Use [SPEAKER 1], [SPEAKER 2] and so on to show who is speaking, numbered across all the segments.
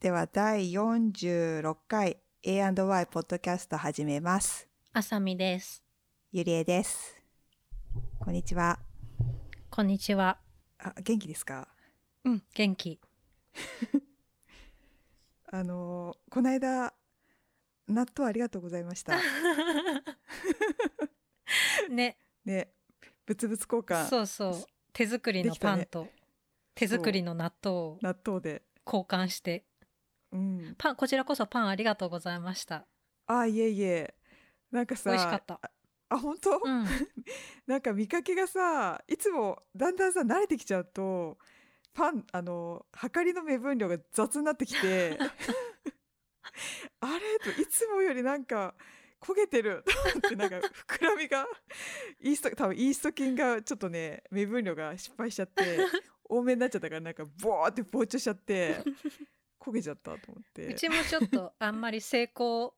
[SPEAKER 1] では第46回 A&Y ポッドキャスト始めます。
[SPEAKER 2] あさみです。
[SPEAKER 1] ゆりえです。こんにちは。
[SPEAKER 2] こんにちは。
[SPEAKER 1] あ、元気ですか
[SPEAKER 2] うん、元気。
[SPEAKER 1] あのーこの間、納豆ありがとうございました。
[SPEAKER 2] ね、
[SPEAKER 1] ね、物々交換、
[SPEAKER 2] そうそう。手作りのパンと、手作りの納豆を
[SPEAKER 1] 納豆で。
[SPEAKER 2] 交換して、
[SPEAKER 1] うん。
[SPEAKER 2] パン、こちらこそパンありがとうございました。
[SPEAKER 1] あ、いえいえ。なんかさ、
[SPEAKER 2] 美味しかった。
[SPEAKER 1] あ、本当、
[SPEAKER 2] うん、
[SPEAKER 1] なんか見かけがさ、いつもだんだんさ、慣れてきちゃうと、パン、あの、はかりの目分量が雑になってき て、あれと、いつもよりなんか、焦げてると思って、なんか、膨らみが、イースト、多分イースト菌がちょっとね、目分量が失敗しちゃって、多めになっちゃったから、なんか、ボーって膨張しちゃって、焦げちゃったと思って。
[SPEAKER 2] うちもちょっとあんまり成功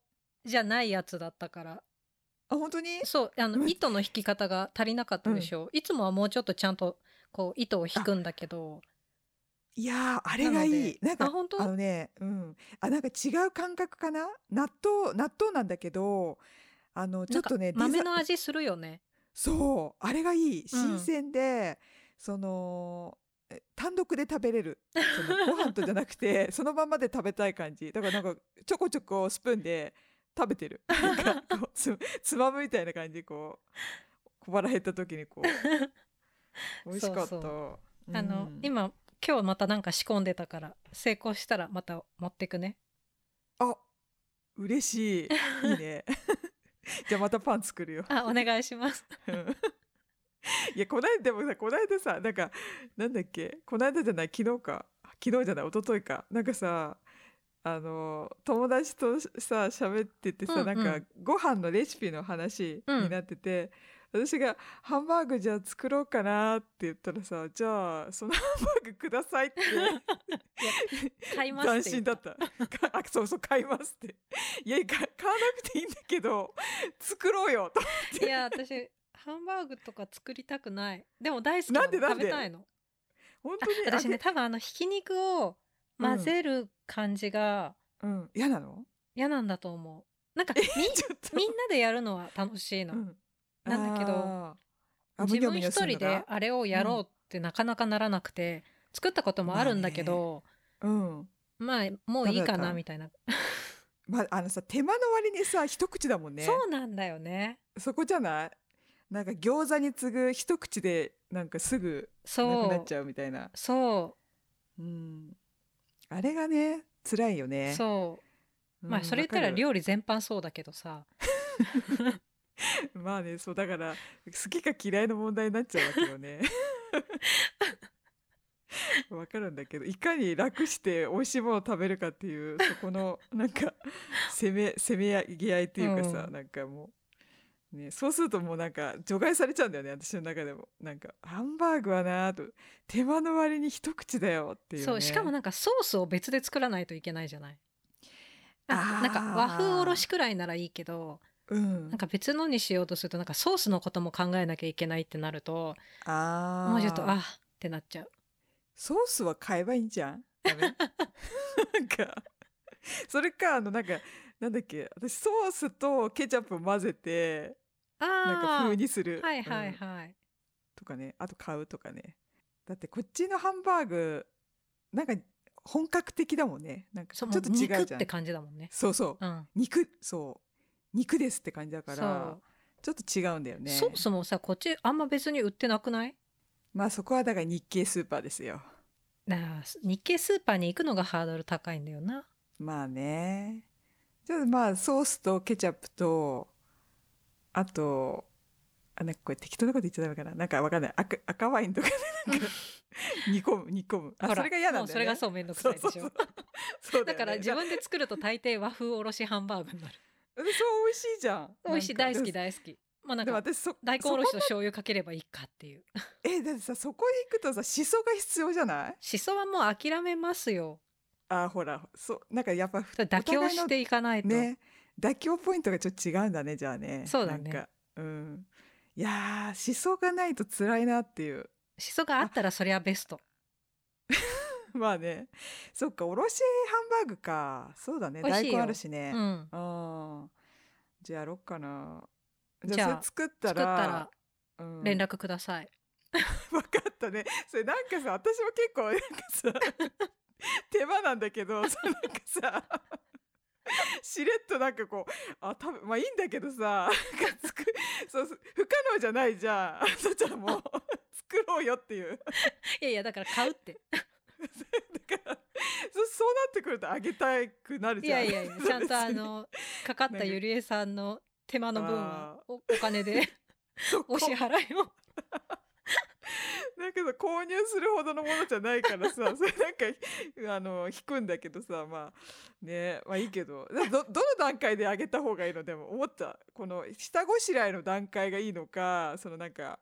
[SPEAKER 2] じゃないやつだったから、
[SPEAKER 1] あ、本当に
[SPEAKER 2] そう、あの、糸の引き方が足りなかったでしょ。いつもはもうちょっとちゃんと、こう、糸を引くんだけど、
[SPEAKER 1] いやー、あれがいい。な
[SPEAKER 2] なん
[SPEAKER 1] か、
[SPEAKER 2] あ本当
[SPEAKER 1] あのね、うん。あ、なんか違う感覚かな納豆、納豆なんだけど、あの、ちょっとね、
[SPEAKER 2] なんか
[SPEAKER 1] デザ
[SPEAKER 2] 豆の味するよね。
[SPEAKER 1] そう、あれがいい。新鮮で、その、え単独で食べれる。そのご飯とじゃなく て、そのまんまで食べたい感じ。だからなんか、ちょこちょこスプーンで食べてる。なんか こうつ、つまむみたいな感じで、こう、小腹減った時に こう、美味しかった。
[SPEAKER 2] そうそう
[SPEAKER 1] うん
[SPEAKER 2] あの、今、今日またなんか仕込んでたから、成功したらまた持ってくね。
[SPEAKER 1] あ、嬉しい。いい ね。じゃあまたパン作るよ。
[SPEAKER 2] あ、お願いします。
[SPEAKER 1] うんいや、こないだ、でもさ、こないださ、なんか、なんだっけ、こないだじゃない、昨日か、昨日じゃない、一昨日か、なんかさ、あの、友達とさ、喋っててさ、
[SPEAKER 2] うんうん
[SPEAKER 1] なんか、ご飯のレシピの話になってて、私が、ハンバーグじゃあ作ろうかなって言ったらさ、じゃあ、そのハンバーグくださいって。
[SPEAKER 2] 買いますっ
[SPEAKER 1] 斬
[SPEAKER 2] て言
[SPEAKER 1] 新
[SPEAKER 2] っ
[SPEAKER 1] だ
[SPEAKER 2] た
[SPEAKER 1] った。かあ、そうそう、買いますって。いや、か買わなくていいんだけど、作ろうよと。
[SPEAKER 2] いや私ハンバーグとか作りたくないでも大好きな
[SPEAKER 1] なん
[SPEAKER 2] の
[SPEAKER 1] でなん
[SPEAKER 2] 食
[SPEAKER 1] で
[SPEAKER 2] べたいの
[SPEAKER 1] 本当に。
[SPEAKER 2] あ私ね多分あのひき肉を混ぜる感じが
[SPEAKER 1] あ。うん、嫌なの
[SPEAKER 2] 嫌なんだと思うなんか
[SPEAKER 1] ちょっと。
[SPEAKER 2] みみんなでやるのは楽しいの、
[SPEAKER 1] うん
[SPEAKER 2] なんだけど
[SPEAKER 1] あーあ
[SPEAKER 2] 自分
[SPEAKER 1] むにょむ
[SPEAKER 2] 一
[SPEAKER 1] にょする
[SPEAKER 2] 人
[SPEAKER 1] のが
[SPEAKER 2] であれをやろうってなかなかならなくて作ったこともあるんだけど、
[SPEAKER 1] うん。
[SPEAKER 2] まあ、もういい
[SPEAKER 1] ダメだった
[SPEAKER 2] かなみたいな、
[SPEAKER 1] まあ、あのさ、手間の割にさ、一口だもんね。
[SPEAKER 2] そうなんだよね
[SPEAKER 1] そこじゃないなんか餃子に次ぐ一口で、なんかすぐなくな
[SPEAKER 2] そ
[SPEAKER 1] っ
[SPEAKER 2] う
[SPEAKER 1] ちゃうみたいな。
[SPEAKER 2] そ
[SPEAKER 1] うん。あれがね、辛いよ
[SPEAKER 2] う
[SPEAKER 1] ね。
[SPEAKER 2] そう、
[SPEAKER 1] うん
[SPEAKER 2] まあそれ言った
[SPEAKER 1] わ
[SPEAKER 2] ら
[SPEAKER 1] かる
[SPEAKER 2] 料理全般そうだけどさ
[SPEAKER 1] まあね、そうだから、好きか嫌いの問題になっちゃうわけよ ね。わかるんだけど、いかに楽して美味しいものを食べるかっていう、そこの、なんか、攻め、攻め上げ合いっていうかさ、
[SPEAKER 2] うん
[SPEAKER 1] なんかもう、ね、そうするともうなんか、除外されちゃうんだよね、私の中でも。なんか、ハンバーグはなぁと、手間の割に一口だよっていう、ね。
[SPEAKER 2] そうしかもなんかソースを別で作らないといけないじゃない
[SPEAKER 1] あ
[SPEAKER 2] あ
[SPEAKER 1] ー
[SPEAKER 2] なんか和風おろしくらいならいいけど
[SPEAKER 1] うん
[SPEAKER 2] なん。か別のにしようとするとなんかソースのことも考えなきゃいけないってなると
[SPEAKER 1] ああ。
[SPEAKER 2] もうちょっとあってなっちゃう
[SPEAKER 1] ソースは買えばいいんじゃん ダメなんか、それか、あの、なんか、なんだっけ、私、ソースとケチャップを混ぜて、
[SPEAKER 2] あ
[SPEAKER 1] なんか
[SPEAKER 2] ー
[SPEAKER 1] 風にする。
[SPEAKER 2] はいはい
[SPEAKER 1] うん
[SPEAKER 2] はい、
[SPEAKER 1] とかね、あと買うとかね。だって、こっちのハンバーグ、なんか、本格的だもんね。なんか、ち
[SPEAKER 2] そ
[SPEAKER 1] ょ
[SPEAKER 2] う
[SPEAKER 1] っ
[SPEAKER 2] もう
[SPEAKER 1] と違
[SPEAKER 2] 肉
[SPEAKER 1] う
[SPEAKER 2] っ
[SPEAKER 1] じゃん
[SPEAKER 2] て。感じだもんね
[SPEAKER 1] そうそう。
[SPEAKER 2] うん
[SPEAKER 1] 肉、そう。肉ですって感じだか
[SPEAKER 2] そ
[SPEAKER 1] ら
[SPEAKER 2] う、
[SPEAKER 1] ちょっと違うんだよね。
[SPEAKER 2] ソースもさこっちあんま別に売ってなくない
[SPEAKER 1] まあ、そこはだから日系スーパーですよ。
[SPEAKER 2] なあ日系スーパーに行くのがハードル高いんだよな
[SPEAKER 1] まあね。じゃあまあソースとケチャップと、あと、あ、なんかこれ適当なこと言っちゃダメかな。なんかわかんない。赤、赤ワインとかでなん か煮込む、煮込む。あ、
[SPEAKER 2] ほ
[SPEAKER 1] そ
[SPEAKER 2] ら
[SPEAKER 1] れが嫌なんだよ
[SPEAKER 2] もう
[SPEAKER 1] ね。
[SPEAKER 2] それがそうめんどくさいでし
[SPEAKER 1] そ
[SPEAKER 2] ょ
[SPEAKER 1] うそうそうそうだ
[SPEAKER 2] だ
[SPEAKER 1] よね
[SPEAKER 2] から自
[SPEAKER 1] だ
[SPEAKER 2] 分で作ると大抵和風おろしハンバー グになる
[SPEAKER 1] そう美味しいじゃん。
[SPEAKER 2] 美味しい大好き
[SPEAKER 1] だ。
[SPEAKER 2] 大好きもうな
[SPEAKER 1] で
[SPEAKER 2] ん
[SPEAKER 1] もでも
[SPEAKER 2] か
[SPEAKER 1] 私そ、
[SPEAKER 2] 大根おろし
[SPEAKER 1] そ
[SPEAKER 2] と醤油かければいいかっていう
[SPEAKER 1] こえ、だってさ、そこに行くとさ、しそが必要じゃない
[SPEAKER 2] しそはもう諦めますよ
[SPEAKER 1] あ、ほら、そう、なんかやっぱ、
[SPEAKER 2] 妥協していかないと、
[SPEAKER 1] ね妥協ポイントがちょっと違うんだねじゃあね
[SPEAKER 2] そうだね
[SPEAKER 1] なんかうんいやー思想がないと辛いなっていう
[SPEAKER 2] しそがあったらそりゃベスト
[SPEAKER 1] まあねそっかおろしハンバーグかそうだね
[SPEAKER 2] 美味し
[SPEAKER 1] 大
[SPEAKER 2] いよ
[SPEAKER 1] 根あるしね、
[SPEAKER 2] うん。
[SPEAKER 1] ああじゃあやろっかな
[SPEAKER 2] じ
[SPEAKER 1] じ
[SPEAKER 2] ゃ
[SPEAKER 1] ゃ
[SPEAKER 2] あ
[SPEAKER 1] あそれ作った
[SPEAKER 2] 作ったら
[SPEAKER 1] らうん
[SPEAKER 2] 連絡ください。
[SPEAKER 1] 分かったねそれなんかさ私も結構なんかさ 手間なんだけどさなんかさしれっとなんかこうあ多分まあいいんだけどさなんかつくそうそう不可能じゃないじゃんあさちゃん も作ろうよっていう
[SPEAKER 2] いやいやだから買 うって。
[SPEAKER 1] だからそそうなってくるとあげたくなる
[SPEAKER 2] い
[SPEAKER 1] じゃ
[SPEAKER 2] や
[SPEAKER 1] ん
[SPEAKER 2] いやいやちゃんとあのかかっ
[SPEAKER 1] なん
[SPEAKER 2] た
[SPEAKER 1] か
[SPEAKER 2] ゆりえさんの手間の分はおお金で
[SPEAKER 1] そこ
[SPEAKER 2] お支払いを。
[SPEAKER 1] だけど購入するほどのものじゃないから さそれなんかあの引くんだけどさまあねまあいいけどだどどの段階であげた方がいいのでも思ったこの下ごしらえの段階がいいのかそのなんか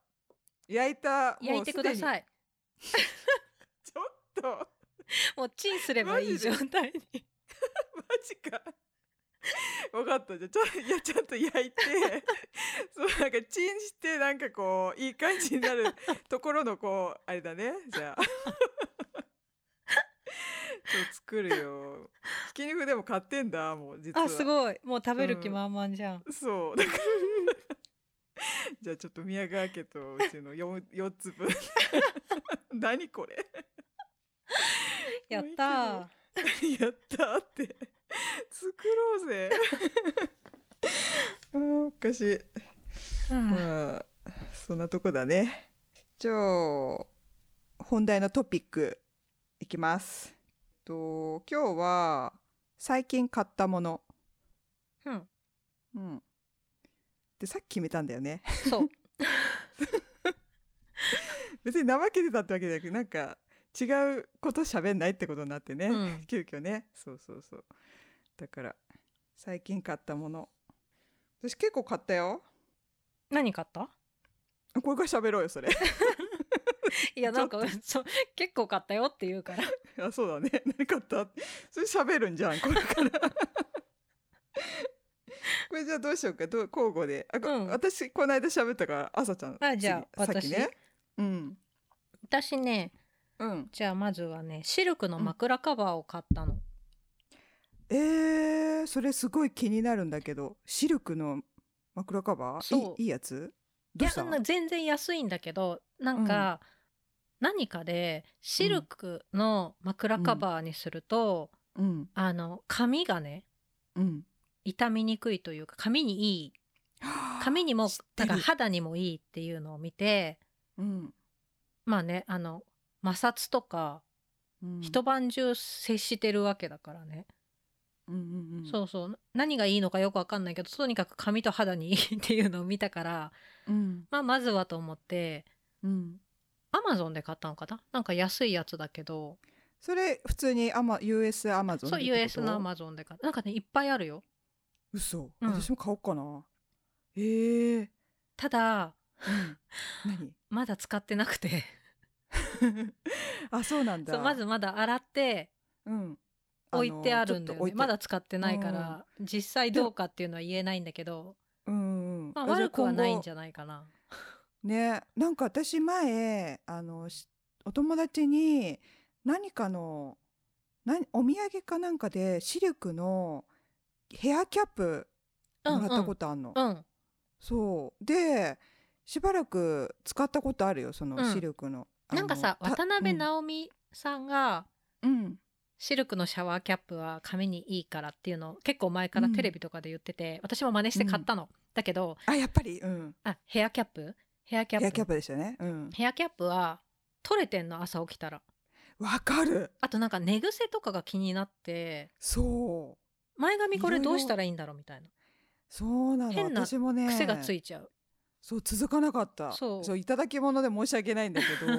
[SPEAKER 1] 焼いた
[SPEAKER 2] 焼いてくだ
[SPEAKER 1] い
[SPEAKER 2] さい。
[SPEAKER 1] ちょっとマ
[SPEAKER 2] もうチンすればいい
[SPEAKER 1] マジ
[SPEAKER 2] 状
[SPEAKER 1] で
[SPEAKER 2] 態に。
[SPEAKER 1] ジか分かったじゃあちょ いやちゃんと焼いてそうなんかチンしてなんかこういい感じになるところのこうあれだねじゃあそう作るよひき肉でも買ってんだもう実は
[SPEAKER 2] あすごいもう食べる気満々じゃん。
[SPEAKER 1] そうだからじゃあちょっと宮川家とうちの 4, 四つ 分何これ
[SPEAKER 2] やったー。
[SPEAKER 1] やったーって作ろうぜ あーおかしい
[SPEAKER 2] うん
[SPEAKER 1] まあそんなとこだねじゃあ本題のトピックいきますえっと今日は最近買ったもの、
[SPEAKER 2] うん
[SPEAKER 1] うん、でさっき決めたんだよね
[SPEAKER 2] そう
[SPEAKER 1] 別に怠けてたってわけじゃなくなんか違うこと喋んないってことになってね、
[SPEAKER 2] うん
[SPEAKER 1] 急遽ねそうそうそうだから最近買ったもの私結構買ったよ
[SPEAKER 2] 何買った？
[SPEAKER 1] これから喋ろうよそれ
[SPEAKER 2] いや
[SPEAKER 1] ち
[SPEAKER 2] な
[SPEAKER 1] ょ
[SPEAKER 2] ん
[SPEAKER 1] っ
[SPEAKER 2] か
[SPEAKER 1] と
[SPEAKER 2] そう結構買ったよって言うから。
[SPEAKER 1] あそうだね何買ったそれ喋るんじゃんこれから これじゃあどうしようかどう交互であ、こ
[SPEAKER 2] うん
[SPEAKER 1] 私この間喋ったから朝ちゃん
[SPEAKER 2] あじゃあ
[SPEAKER 1] 次さっきねうん
[SPEAKER 2] 私ね
[SPEAKER 1] うん
[SPEAKER 2] じゃあまずはねシルクの枕カバーを買ったの。
[SPEAKER 1] えー、それすごい気になるんだけどシルクの枕カバーい
[SPEAKER 2] そう
[SPEAKER 1] いいいやつ
[SPEAKER 2] い
[SPEAKER 1] どう
[SPEAKER 2] や
[SPEAKER 1] した
[SPEAKER 2] な全然安いんだけどなんか、何かでシルクの枕カバーにすると、
[SPEAKER 1] うん
[SPEAKER 2] あの髪がね
[SPEAKER 1] うん
[SPEAKER 2] 傷みにくいというか髪にいい髪にも
[SPEAKER 1] 知って
[SPEAKER 2] だ
[SPEAKER 1] る
[SPEAKER 2] から肌にもいいっていうのを見て
[SPEAKER 1] うん、
[SPEAKER 2] まあねあの摩擦とか
[SPEAKER 1] うん、
[SPEAKER 2] 一晩中接してるわけだからね、
[SPEAKER 1] うんうんうん
[SPEAKER 2] そうそう何がいいのかよくわかんないけどとにかく髪と肌にい いっていうのを見たから、
[SPEAKER 1] うん
[SPEAKER 2] まあ、まずはと思って
[SPEAKER 1] うん
[SPEAKER 2] アマゾンで買ったのかななんか安いやつだけど
[SPEAKER 1] それ普通にアマ US アマゾン
[SPEAKER 2] そう US のア
[SPEAKER 1] ゾン
[SPEAKER 2] マゾンで買ったなんかねいっぱいあるよ
[SPEAKER 1] 嘘、
[SPEAKER 2] うん
[SPEAKER 1] 私も買おうかなえー、
[SPEAKER 2] ただ
[SPEAKER 1] 何
[SPEAKER 2] まだ使ってなくて
[SPEAKER 1] あそうなんだ
[SPEAKER 2] そうまずまだ洗って
[SPEAKER 1] うん
[SPEAKER 2] 置いてあるんだ
[SPEAKER 1] あのちょっと
[SPEAKER 2] よ
[SPEAKER 1] 置い
[SPEAKER 2] ね
[SPEAKER 1] て
[SPEAKER 2] まだ使ってないから、実際どうかっていうのは言えないんだけど、
[SPEAKER 1] うんうん
[SPEAKER 2] まあ、悪くはないんじ
[SPEAKER 1] ゃ
[SPEAKER 2] ゃないかな
[SPEAKER 1] ねなんか私前あのしお友達に何かの何お土産かなんかでシルクのヘアキャップ
[SPEAKER 2] うん
[SPEAKER 1] もらったことあんの、
[SPEAKER 2] うんうん
[SPEAKER 1] そうでしばらく使ったことあるよその
[SPEAKER 2] うん
[SPEAKER 1] シルクの、あの
[SPEAKER 2] なんかさ
[SPEAKER 1] た
[SPEAKER 2] 渡辺直美さんが、
[SPEAKER 1] うん、うん
[SPEAKER 2] シルクのシャワーキャップは髪にいいからっていうのを結構前からテレビとかで言ってて、私も真似して買ったの、だけど
[SPEAKER 1] あやっぱり、うん、
[SPEAKER 2] あヘアキャップヘアキャッ
[SPEAKER 1] ヘ
[SPEAKER 2] プ
[SPEAKER 1] アキャップでしたねうん
[SPEAKER 2] ヘアキャップは取れてんの朝起きたら
[SPEAKER 1] わかる
[SPEAKER 2] あとなんか寝癖とかが気になって
[SPEAKER 1] そう
[SPEAKER 2] 前髪これどうしたらいいんだろうみたいな
[SPEAKER 1] そうなの
[SPEAKER 2] 変な
[SPEAKER 1] 私もね
[SPEAKER 2] 癖がついちゃう、
[SPEAKER 1] そう続かなかった
[SPEAKER 2] そう
[SPEAKER 1] いただき物で申し訳ないんだけ ど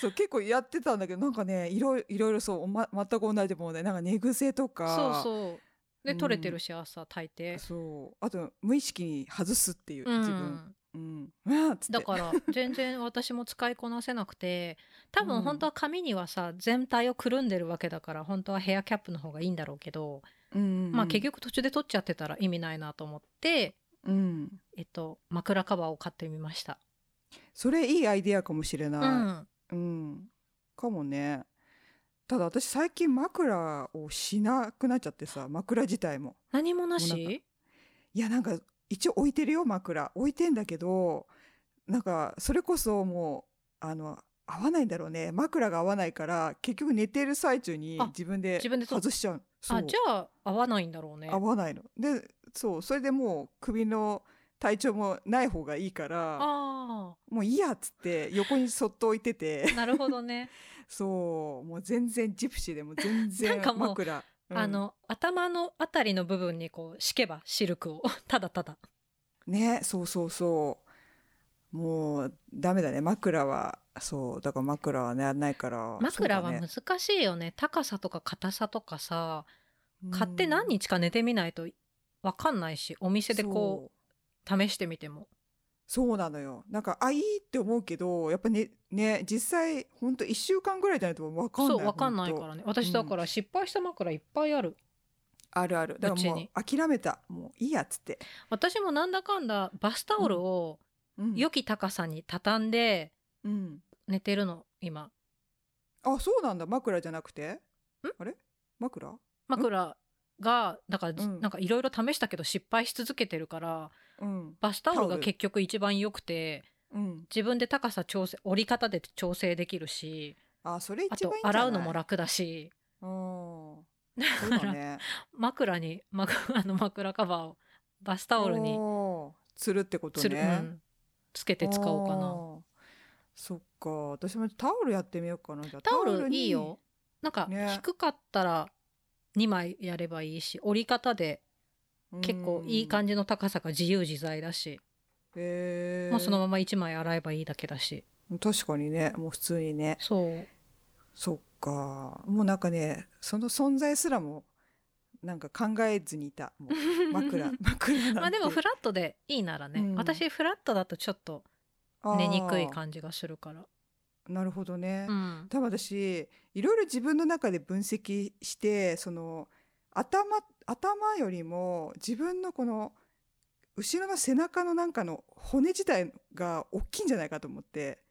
[SPEAKER 1] そう結構やってたんだけどなんかねいろいろいろそう、ま、全く同じでもねなんか寝癖とか
[SPEAKER 2] そうそうで
[SPEAKER 1] うん
[SPEAKER 2] 取れてるし朝大抵
[SPEAKER 1] そうあと無意識に外すっていう、
[SPEAKER 2] うん
[SPEAKER 1] 自分、うん、わーっつって
[SPEAKER 2] だから全然私も使いこなせなくて多
[SPEAKER 1] う
[SPEAKER 2] 分
[SPEAKER 1] ん
[SPEAKER 2] 本当は髪にはさ全体をくるんでるわけだから本当はヘアキャップの方がいいんだろうけど、
[SPEAKER 1] うん
[SPEAKER 2] まあ結、局途中で取っちゃってたら意味ないなと思って、
[SPEAKER 1] うん、
[SPEAKER 2] えっと、枕カバーを買ってみました、
[SPEAKER 1] それいいアイディアかもしれ
[SPEAKER 2] う
[SPEAKER 1] なんい、うんかもねただ私最近枕をしなくなっちゃってさ枕自体も
[SPEAKER 2] 何も
[SPEAKER 1] もうな
[SPEAKER 2] な
[SPEAKER 1] ん
[SPEAKER 2] し
[SPEAKER 1] いやなんか一応置いてるよ枕置いてんだけどなんかそれこそもうあの合わないんだろうね枕が合わないから結局寝てる最中に
[SPEAKER 2] あ
[SPEAKER 1] 自分で
[SPEAKER 2] 自分でと
[SPEAKER 1] 外しちゃうそう
[SPEAKER 2] あじゃあ合わないんだろうね
[SPEAKER 1] 合わないのでそうそれでもう首の体調もない方がいいから
[SPEAKER 2] あ
[SPEAKER 1] もういいやっつって横にそっと置いてて
[SPEAKER 2] ーなるほどね、
[SPEAKER 1] そうもう全然ジプシーでも全
[SPEAKER 2] なん
[SPEAKER 1] 然
[SPEAKER 2] かもう
[SPEAKER 1] 枕うん
[SPEAKER 2] あの頭のあたりの部分にこう敷けばシルクを ただただ
[SPEAKER 1] ねそうそうそうもうダメだね枕はそうだから枕はねやんないから
[SPEAKER 2] 枕は
[SPEAKER 1] そうだね
[SPEAKER 2] 難しいよね高さとか硬さとかさ買って何
[SPEAKER 1] うん
[SPEAKER 2] 日か寝てみないとわかんないしお店でこ
[SPEAKER 1] そう
[SPEAKER 2] う試してみても
[SPEAKER 1] そうなのよなんかあいいって思うけどやっぱねね実際ほんと1週間ぐらいじゃないと分かんない
[SPEAKER 2] そうわかんないかららね私だから失敗した枕いっぱいある、
[SPEAKER 1] あるあるだから
[SPEAKER 2] うち
[SPEAKER 1] もう
[SPEAKER 2] に
[SPEAKER 1] 諦めたもういいやっつって、
[SPEAKER 2] 私もなんだかんだバスタオルを
[SPEAKER 1] うん、
[SPEAKER 2] 良き高さに畳んで
[SPEAKER 1] うん、
[SPEAKER 2] 寝てるの今
[SPEAKER 1] あそうなんだ枕じゃなくてあれ枕
[SPEAKER 2] 枕がだから、
[SPEAKER 1] うん
[SPEAKER 2] なんかいろいろ試したけど失敗し続けてるから
[SPEAKER 1] うん
[SPEAKER 2] バスタオル
[SPEAKER 1] タオ
[SPEAKER 2] が
[SPEAKER 1] ル
[SPEAKER 2] 結局一番良くて
[SPEAKER 1] うん
[SPEAKER 2] 自分で高さ調整折り方で調整できるし
[SPEAKER 1] あそれ
[SPEAKER 2] あ
[SPEAKER 1] 一
[SPEAKER 2] と
[SPEAKER 1] 番いいんじゃない
[SPEAKER 2] 洗うのも楽だし
[SPEAKER 1] うん
[SPEAKER 2] だ
[SPEAKER 1] そう
[SPEAKER 2] か
[SPEAKER 1] だ
[SPEAKER 2] ら、
[SPEAKER 1] ね
[SPEAKER 2] 枕に枕 あの枕カバーをバスタオルに
[SPEAKER 1] おーつるってことね
[SPEAKER 2] つる、うんつけて使おうかな
[SPEAKER 1] あーそっか私もタオルやってみようかなじゃあ
[SPEAKER 2] タオル
[SPEAKER 1] に
[SPEAKER 2] いいよなんか
[SPEAKER 1] ね
[SPEAKER 2] 低かったら2枚やればいいし折り方で結構いい感
[SPEAKER 1] じ
[SPEAKER 2] じの高さが自由自在だし、
[SPEAKER 1] へえ
[SPEAKER 2] もうそのまま1枚洗えばいいだけだし
[SPEAKER 1] 確かにねもう普通にね
[SPEAKER 2] そう
[SPEAKER 1] そっかもうなんかねその存在すらもなんか考えずにいたも う枕枕なんて
[SPEAKER 2] まあでもフラットでいいならね、
[SPEAKER 1] うん
[SPEAKER 2] 私フラットだとちょっと
[SPEAKER 1] あー
[SPEAKER 2] 寝にくい感じがするから、
[SPEAKER 1] なるほどね、
[SPEAKER 2] うん、
[SPEAKER 1] 多分私いろいろ自分の中で分析してその頭頭よりも自分のこの後ろの背中のなんかの骨自体が大きいんじゃないかと思って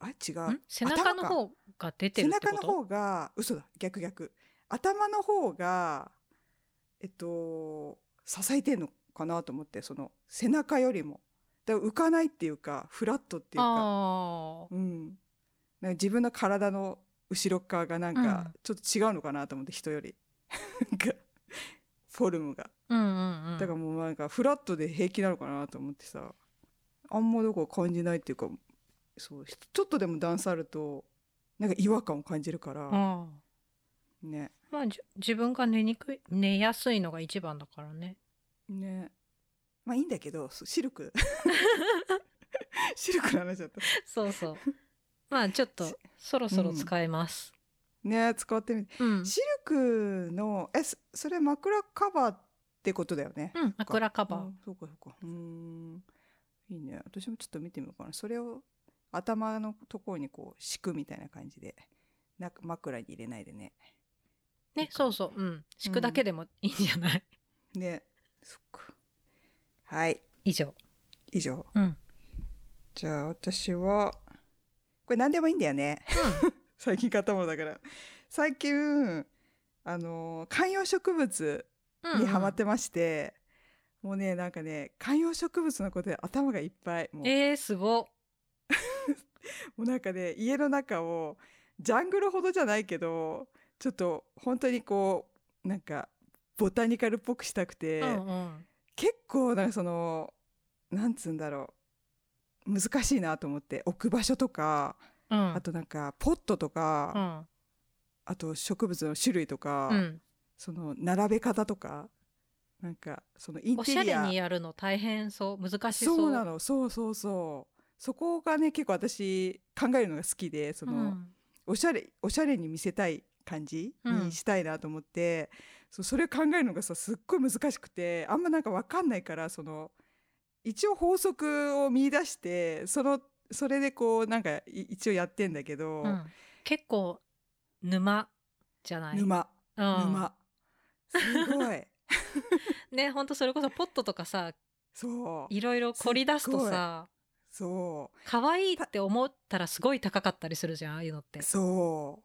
[SPEAKER 1] あれ違
[SPEAKER 2] ん
[SPEAKER 1] う
[SPEAKER 2] 背中
[SPEAKER 1] 頭
[SPEAKER 2] の
[SPEAKER 1] か
[SPEAKER 2] 方が出て
[SPEAKER 1] 背
[SPEAKER 2] るって
[SPEAKER 1] 中
[SPEAKER 2] こ
[SPEAKER 1] の
[SPEAKER 2] と
[SPEAKER 1] 方が嘘だ逆逆頭の方がえっと支えてんのかなと思ってその背中よりもだから浮かないっていうかフラットっていうか
[SPEAKER 2] あー
[SPEAKER 1] うん、なんか自分の体の後ろ側がなん
[SPEAKER 2] う
[SPEAKER 1] か
[SPEAKER 2] ん
[SPEAKER 1] ちょっと違うのかなと思って、人よりなんかフォルムが
[SPEAKER 2] うんうんうん
[SPEAKER 1] だからもうなんかフラットで平気なのかなと思ってさあんまどこか感じないっていうかそうひちょっとでも段差あるとなんか違和感を感じるから、
[SPEAKER 2] あー
[SPEAKER 1] ね
[SPEAKER 2] まあじ自分が寝にくい寝やすいのが一番だからね
[SPEAKER 1] ねまあいいんだけどそうシルクシルクの話だった
[SPEAKER 2] そうそうまあちょっとそろそろ使えます、
[SPEAKER 1] ね使ってみて
[SPEAKER 2] うんうん
[SPEAKER 1] シルクのえそそれ枕カバーってことだよね
[SPEAKER 2] 枕カバー、
[SPEAKER 1] うんそうかそうかうーんいいね私もちょっと見てみようかなそれを頭のところにこう敷くみたいな感じでな枕に入れないでね
[SPEAKER 2] ねそうそううん敷くだけでもいいんじゃない、
[SPEAKER 1] ねそっかはい
[SPEAKER 2] 以上
[SPEAKER 1] 以上
[SPEAKER 2] うん、うん、
[SPEAKER 1] じゃあ私はこれ何でもいいんだよね最近買ったものだから最近あの観葉植物
[SPEAKER 2] うんうん
[SPEAKER 1] にハマってまして、もうねなんかね観葉植物のことで頭がいっぱいもう
[SPEAKER 2] えー、すごっ
[SPEAKER 1] もうなんかね家の中をジャングルほどじゃないけどちょっと本当にこうなんかボタニカルっぽくしたくて、
[SPEAKER 2] うんうん
[SPEAKER 1] 結構なんかそのなんつうんだろう難しいなと思って置く場所とか、
[SPEAKER 2] うん
[SPEAKER 1] あとなんかポットとか、
[SPEAKER 2] うん
[SPEAKER 1] あと植物の種類とか、
[SPEAKER 2] うん
[SPEAKER 1] その並べ方とかなんかそのイン
[SPEAKER 2] お
[SPEAKER 1] テ
[SPEAKER 2] しゃ
[SPEAKER 1] リ
[SPEAKER 2] れ
[SPEAKER 1] ア
[SPEAKER 2] にやるの大変そう難しそう
[SPEAKER 1] そうなのそうそうそうそこがね結構私考えるのが好きでその、
[SPEAKER 2] うん
[SPEAKER 1] おしゃれおしゃれに見せたい感じ
[SPEAKER 2] うん
[SPEAKER 1] にしたいなと思って、そうそれを考えるのがさすっごい難しくてあんまなんか分かんないからその一応法則を見出してそのそれでこうなんかい一応やってんだけど、
[SPEAKER 2] うん結構沼じゃない、
[SPEAKER 1] 沼
[SPEAKER 2] うん、
[SPEAKER 1] 沼すごい
[SPEAKER 2] ねほんとそれこそポットとかさ
[SPEAKER 1] そう
[SPEAKER 2] いろいろ凝り出すとさ
[SPEAKER 1] そう
[SPEAKER 2] 可愛いって思ったらすごい高かったりするじゃんああいうのって
[SPEAKER 1] そう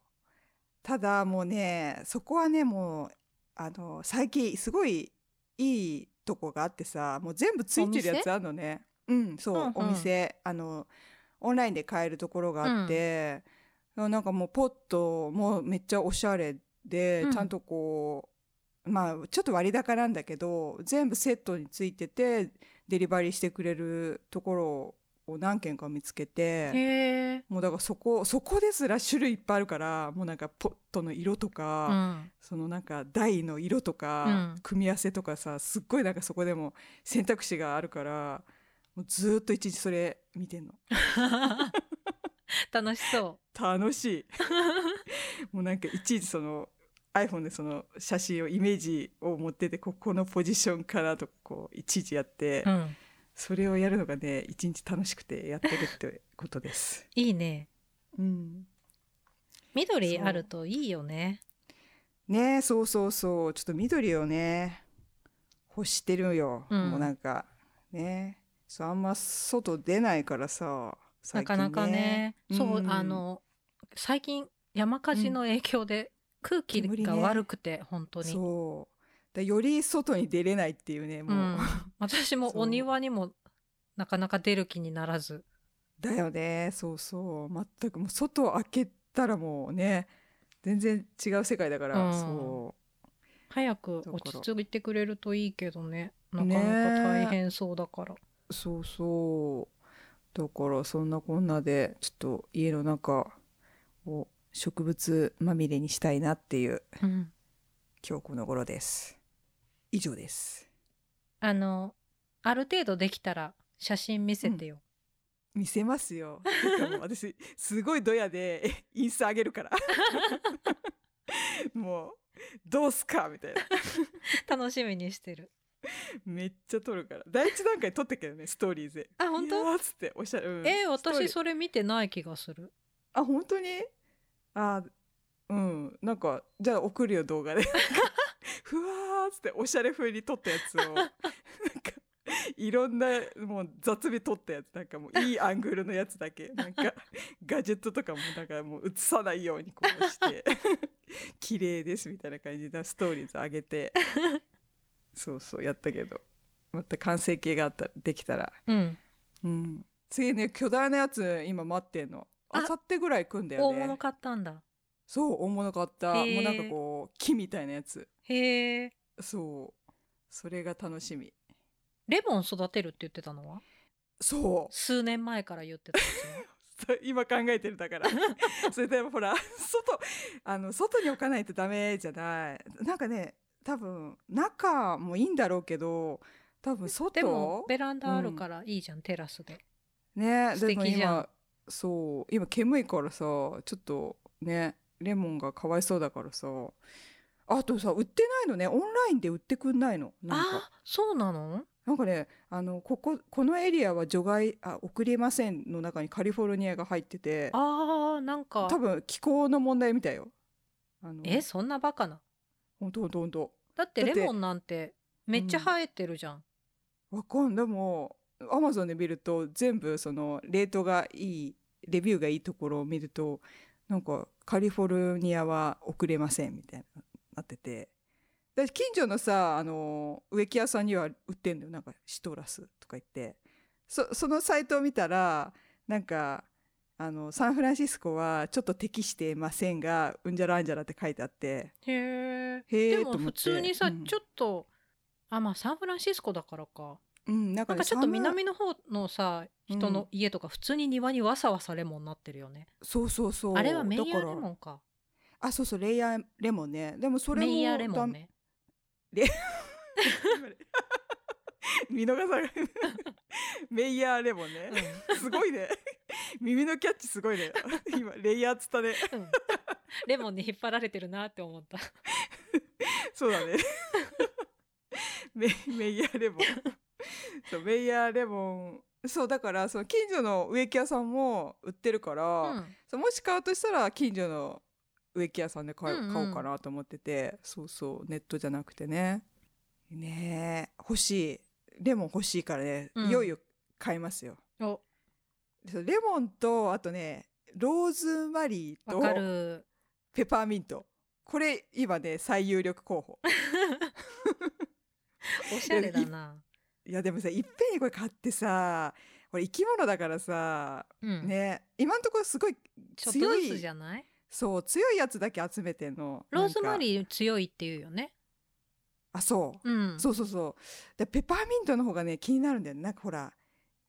[SPEAKER 1] ただもうねそこはねもうあの最近すごいいいとこがあってさもう全部ついてるやつあるのねうんそう、
[SPEAKER 2] うんうん
[SPEAKER 1] お店あのオンラインで買えるところがあって、なんかもうポットもめっちゃおしゃれで、
[SPEAKER 2] うん
[SPEAKER 1] ちゃんとこうまあちょっと割高なんだけど全部セットについててデリバリーしてくれるところを何軒か見つけて。
[SPEAKER 2] へえ。
[SPEAKER 1] もうだからそこそこですら種類いっぱいあるからもうなんかポットの色と
[SPEAKER 2] う
[SPEAKER 1] か、
[SPEAKER 2] ん。
[SPEAKER 1] そのなんか台の色とか、
[SPEAKER 2] うん
[SPEAKER 1] 組み合わせとかさすっごいなんかそこでも選択肢があるからもうずーっと一日それ見てんの
[SPEAKER 2] 楽しそ
[SPEAKER 1] 楽 しいもうなんかいちいちその iPhone でその写真をイメージを持っててここのポジションからとかこういちいちやって、
[SPEAKER 2] う。うん。
[SPEAKER 1] それをやるのがね一日楽しくてやってるってことです。
[SPEAKER 2] いいね。
[SPEAKER 1] うん
[SPEAKER 2] 緑
[SPEAKER 1] そう
[SPEAKER 2] あるといいよね。
[SPEAKER 1] ねえそうそうそうちょっと緑をね欲してるよ、
[SPEAKER 2] うん
[SPEAKER 1] もうなんかねそうあんま外出ないからさ
[SPEAKER 2] な
[SPEAKER 1] 最
[SPEAKER 2] か
[SPEAKER 1] 近ね
[SPEAKER 2] なかね。そう、
[SPEAKER 1] うん
[SPEAKER 2] あの、最近山火事の影響で空気
[SPEAKER 1] 煙ね
[SPEAKER 2] が悪くて、本当に。
[SPEAKER 1] そうだより外に出れないっていうねもう、
[SPEAKER 2] うん私も
[SPEAKER 1] そう
[SPEAKER 2] お庭にもなかなか出る気にならず。
[SPEAKER 1] だよねそうそう全くもう外を開けたらもうね全然違う世界だから、
[SPEAKER 2] うん
[SPEAKER 1] そ
[SPEAKER 2] 早く
[SPEAKER 1] だから
[SPEAKER 2] 落ち着いてくれるといいけどね。なかなか大変そうだから。
[SPEAKER 1] うそうそうだからそんなこんなでちょっと家の中を植物まみれにしたいなっていう
[SPEAKER 2] うん。
[SPEAKER 1] 今日この頃です。以上です。
[SPEAKER 2] あの、ある程度できたら写真見せてよ。
[SPEAKER 1] 見せますよ。てかもう私すごいドヤで えインスタ上げるから。もうどうすかみたいな。
[SPEAKER 2] 楽しみにしてる。
[SPEAKER 1] めっちゃ撮るから。第一段階撮ってけどねストーリーズで。
[SPEAKER 2] あ、本当
[SPEAKER 1] いやーっつっておしゃれ。うん
[SPEAKER 2] えー
[SPEAKER 1] ストーリ
[SPEAKER 2] 私
[SPEAKER 1] ー
[SPEAKER 2] それ見てない気がする。
[SPEAKER 1] あ本当に。あうんなんかじゃあ送るよ動画で。ふわーっつっておしゃれ風に撮ったやつをなんかいろんなもう雑に撮ったやつなんかもういいアングルのやつだけなんかガジェットとかもなんかもう映さないようにこうして綺麗ですみたいな感じでストーリーズ上げてそうそうやったけどまた完成形があったできたら
[SPEAKER 2] うん。
[SPEAKER 1] うん次ね巨大なやつ今待ってんの
[SPEAKER 2] あ
[SPEAKER 1] あさってぐらい来んだよ
[SPEAKER 2] 大
[SPEAKER 1] ね
[SPEAKER 2] 物買ったんだ。
[SPEAKER 1] そう大物買った
[SPEAKER 2] へー
[SPEAKER 1] もうなんかこう木みたいなやつ
[SPEAKER 2] へえ。
[SPEAKER 1] そうそれが楽しみ
[SPEAKER 2] レモン育てるって言ってたのは
[SPEAKER 1] そう
[SPEAKER 2] 数年前から言ってたんで すね。
[SPEAKER 1] そう 今考えてるだから それでほら外あの外に置かないとダメじゃないなんかね多分中もいいんだろうけど多分
[SPEAKER 2] でも
[SPEAKER 1] 外
[SPEAKER 2] ベランダあるからいいじゃん、テラスで。
[SPEAKER 1] ね
[SPEAKER 2] 素
[SPEAKER 1] で
[SPEAKER 2] 敵
[SPEAKER 1] も
[SPEAKER 2] じゃん
[SPEAKER 1] 今そう今煙いからさちょっとねレモンがかわいそうだからさあとさ売ってないのねオンラインで売ってくんないのなんか
[SPEAKER 2] あそうなの
[SPEAKER 1] なんかねあのこここのエリアは除外あ送れませんの中にカリフォルニアが入ってて
[SPEAKER 2] あーなんか
[SPEAKER 1] 多分気候の問題みたいよあの
[SPEAKER 2] えそんなバカな。
[SPEAKER 1] ほんとほんとほんと
[SPEAKER 2] だって
[SPEAKER 1] だっ
[SPEAKER 2] レ
[SPEAKER 1] て
[SPEAKER 2] モンなんてめっちゃ生えてるじゃん。
[SPEAKER 1] わかんでもアマゾンで見ると全部その冷凍がいいレビューがいいところを見るとなんかカリフォルニアは送れませんみたいななっててで近所のさあの植木屋さんには売ってんのよなんかシトラスとか言ってそそのサイトを見たらなんかあのサンフランシスコはちょっと適してませんがうんじゃらあんじゃらって書いてあって
[SPEAKER 2] へ
[SPEAKER 1] へ
[SPEAKER 2] え。
[SPEAKER 1] え
[SPEAKER 2] で
[SPEAKER 1] と思っ
[SPEAKER 2] も
[SPEAKER 1] て
[SPEAKER 2] 普通にさ、
[SPEAKER 1] うん
[SPEAKER 2] ちょっとあまあサンフランシスコだからか。
[SPEAKER 1] うんなんか,、
[SPEAKER 2] なん
[SPEAKER 1] ね、
[SPEAKER 2] かちょっと
[SPEAKER 1] 寒い
[SPEAKER 2] 南の方のさ人
[SPEAKER 1] うん
[SPEAKER 2] の家とか普通に庭にわさわさレモンなってるよね。
[SPEAKER 1] そうそうそう
[SPEAKER 2] あれはメイヤ
[SPEAKER 1] だ
[SPEAKER 2] ー
[SPEAKER 1] から
[SPEAKER 2] レモンか。
[SPEAKER 1] あ、そうそう、レイヤーレモンね。でもそれも
[SPEAKER 2] メイヤーレモン
[SPEAKER 1] だ。
[SPEAKER 2] ね。
[SPEAKER 1] 見逃さない。メイヤーレモンね。すごいね。耳のキャッチすごいね。今、レイヤーっつったね。
[SPEAKER 2] うん うんレモンに引っ張られてるなって思った。
[SPEAKER 1] そうだね。メメイヤーレモン。そう、メイヤーレモン。そう、だから、その近所の植木屋さんも売ってるから、
[SPEAKER 2] うん
[SPEAKER 1] そうもし買うとしたら、近所の植木屋さんで買,、
[SPEAKER 2] うんうん
[SPEAKER 1] 買おうかなと思ってて、そうそう、ネットじゃなくてね。ねえ、欲しい。レモン欲しいからね、
[SPEAKER 2] うん
[SPEAKER 1] いよいよ買いますよ。
[SPEAKER 2] お
[SPEAKER 1] そうレモンとあとねローズマリー
[SPEAKER 2] わか
[SPEAKER 1] と
[SPEAKER 2] る。
[SPEAKER 1] ペパーミントこれ今ね最有力候補
[SPEAKER 2] おしゃれだな。
[SPEAKER 1] いやでもさいっぺんにこれ買ってさこれ生き物だからさ、
[SPEAKER 2] うん。
[SPEAKER 1] ね今んところすごい
[SPEAKER 2] ちょっと
[SPEAKER 1] 強い
[SPEAKER 2] ずつじゃない
[SPEAKER 1] そう強いやつだけ集めてんの
[SPEAKER 2] ローズマ
[SPEAKER 1] ー
[SPEAKER 2] リー強いっていうよね。
[SPEAKER 1] あそう
[SPEAKER 2] うん。
[SPEAKER 1] そうそうそうでペパーミントの方がね気になるんだよねなんかほら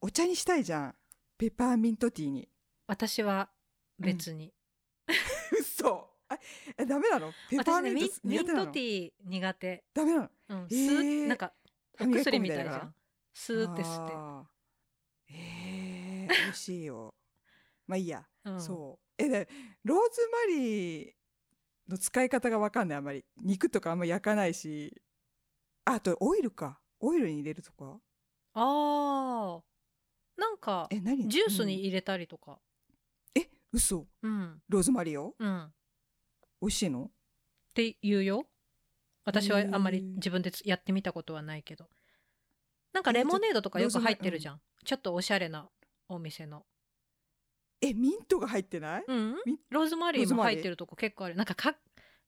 [SPEAKER 1] お茶にしたいじゃんペパーミントティー に
[SPEAKER 2] 私は別に。
[SPEAKER 1] 嘘あえダメなのペパー
[SPEAKER 2] 私ね
[SPEAKER 1] ミン
[SPEAKER 2] ミ
[SPEAKER 1] ト苦
[SPEAKER 2] ミン
[SPEAKER 1] 手な
[SPEAKER 2] ト
[SPEAKER 1] の
[SPEAKER 2] ティー苦手。
[SPEAKER 1] ダメなの
[SPEAKER 2] うん。
[SPEAKER 1] え
[SPEAKER 2] 吸う
[SPEAKER 1] ー
[SPEAKER 2] なんかお
[SPEAKER 1] 歯磨き
[SPEAKER 2] 薬
[SPEAKER 1] 粉
[SPEAKER 2] み
[SPEAKER 1] み
[SPEAKER 2] た
[SPEAKER 1] た
[SPEAKER 2] い
[SPEAKER 1] い
[SPEAKER 2] じ
[SPEAKER 1] な
[SPEAKER 2] ゃん。スーって吸って。
[SPEAKER 1] あーえー、美味しいよまあいいや、
[SPEAKER 2] うん、
[SPEAKER 1] そうえでローズマリーの使い方がわかんないあんまり肉とかあんま焼かないしああとオイルかオイルに入れるとか
[SPEAKER 2] ああ。なんか
[SPEAKER 1] え何
[SPEAKER 2] ジュースに
[SPEAKER 1] うん
[SPEAKER 2] 入れたりとか。
[SPEAKER 1] え嘘
[SPEAKER 2] うん。
[SPEAKER 1] ローズマリーを
[SPEAKER 2] うん。っ
[SPEAKER 1] 美味しいの
[SPEAKER 2] て言うよ。私はあんま
[SPEAKER 1] へ
[SPEAKER 2] り
[SPEAKER 1] ー
[SPEAKER 2] 自分でつやってみたことはないけど。なんかレモネードとかよく入ってるじゃん。ちょっとおしゃれなお店の。
[SPEAKER 1] えミントが入ってない、
[SPEAKER 2] うん
[SPEAKER 1] み
[SPEAKER 2] ローズマリ
[SPEAKER 1] ロー
[SPEAKER 2] ー
[SPEAKER 1] ズ
[SPEAKER 2] も
[SPEAKER 1] マリー
[SPEAKER 2] 入ってるとこ結構あるなんかか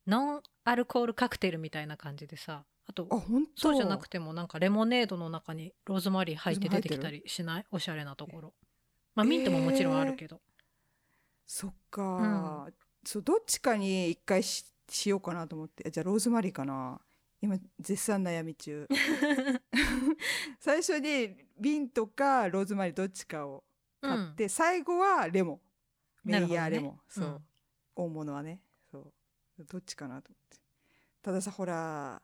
[SPEAKER 2] ノンアルコールカクテルみたいな感じでさあと
[SPEAKER 1] あ本当
[SPEAKER 2] そうじゃなくてもなんかレモネードの中にローズマリー入って出てきたりしないおしゃれなところまあミントももちろんあるけど、
[SPEAKER 1] そっか、そうどっちかに一回ししようかなと思ってじゃあローズマリーかな今絶賛悩み中 最初に瓶とかローズマリーどっちかを買
[SPEAKER 2] うん
[SPEAKER 1] って、最後はレモンメイヤー
[SPEAKER 2] なるほどね
[SPEAKER 1] レモン、そう、
[SPEAKER 2] うん
[SPEAKER 1] 大物はねそうどっちかなと思ってたださほら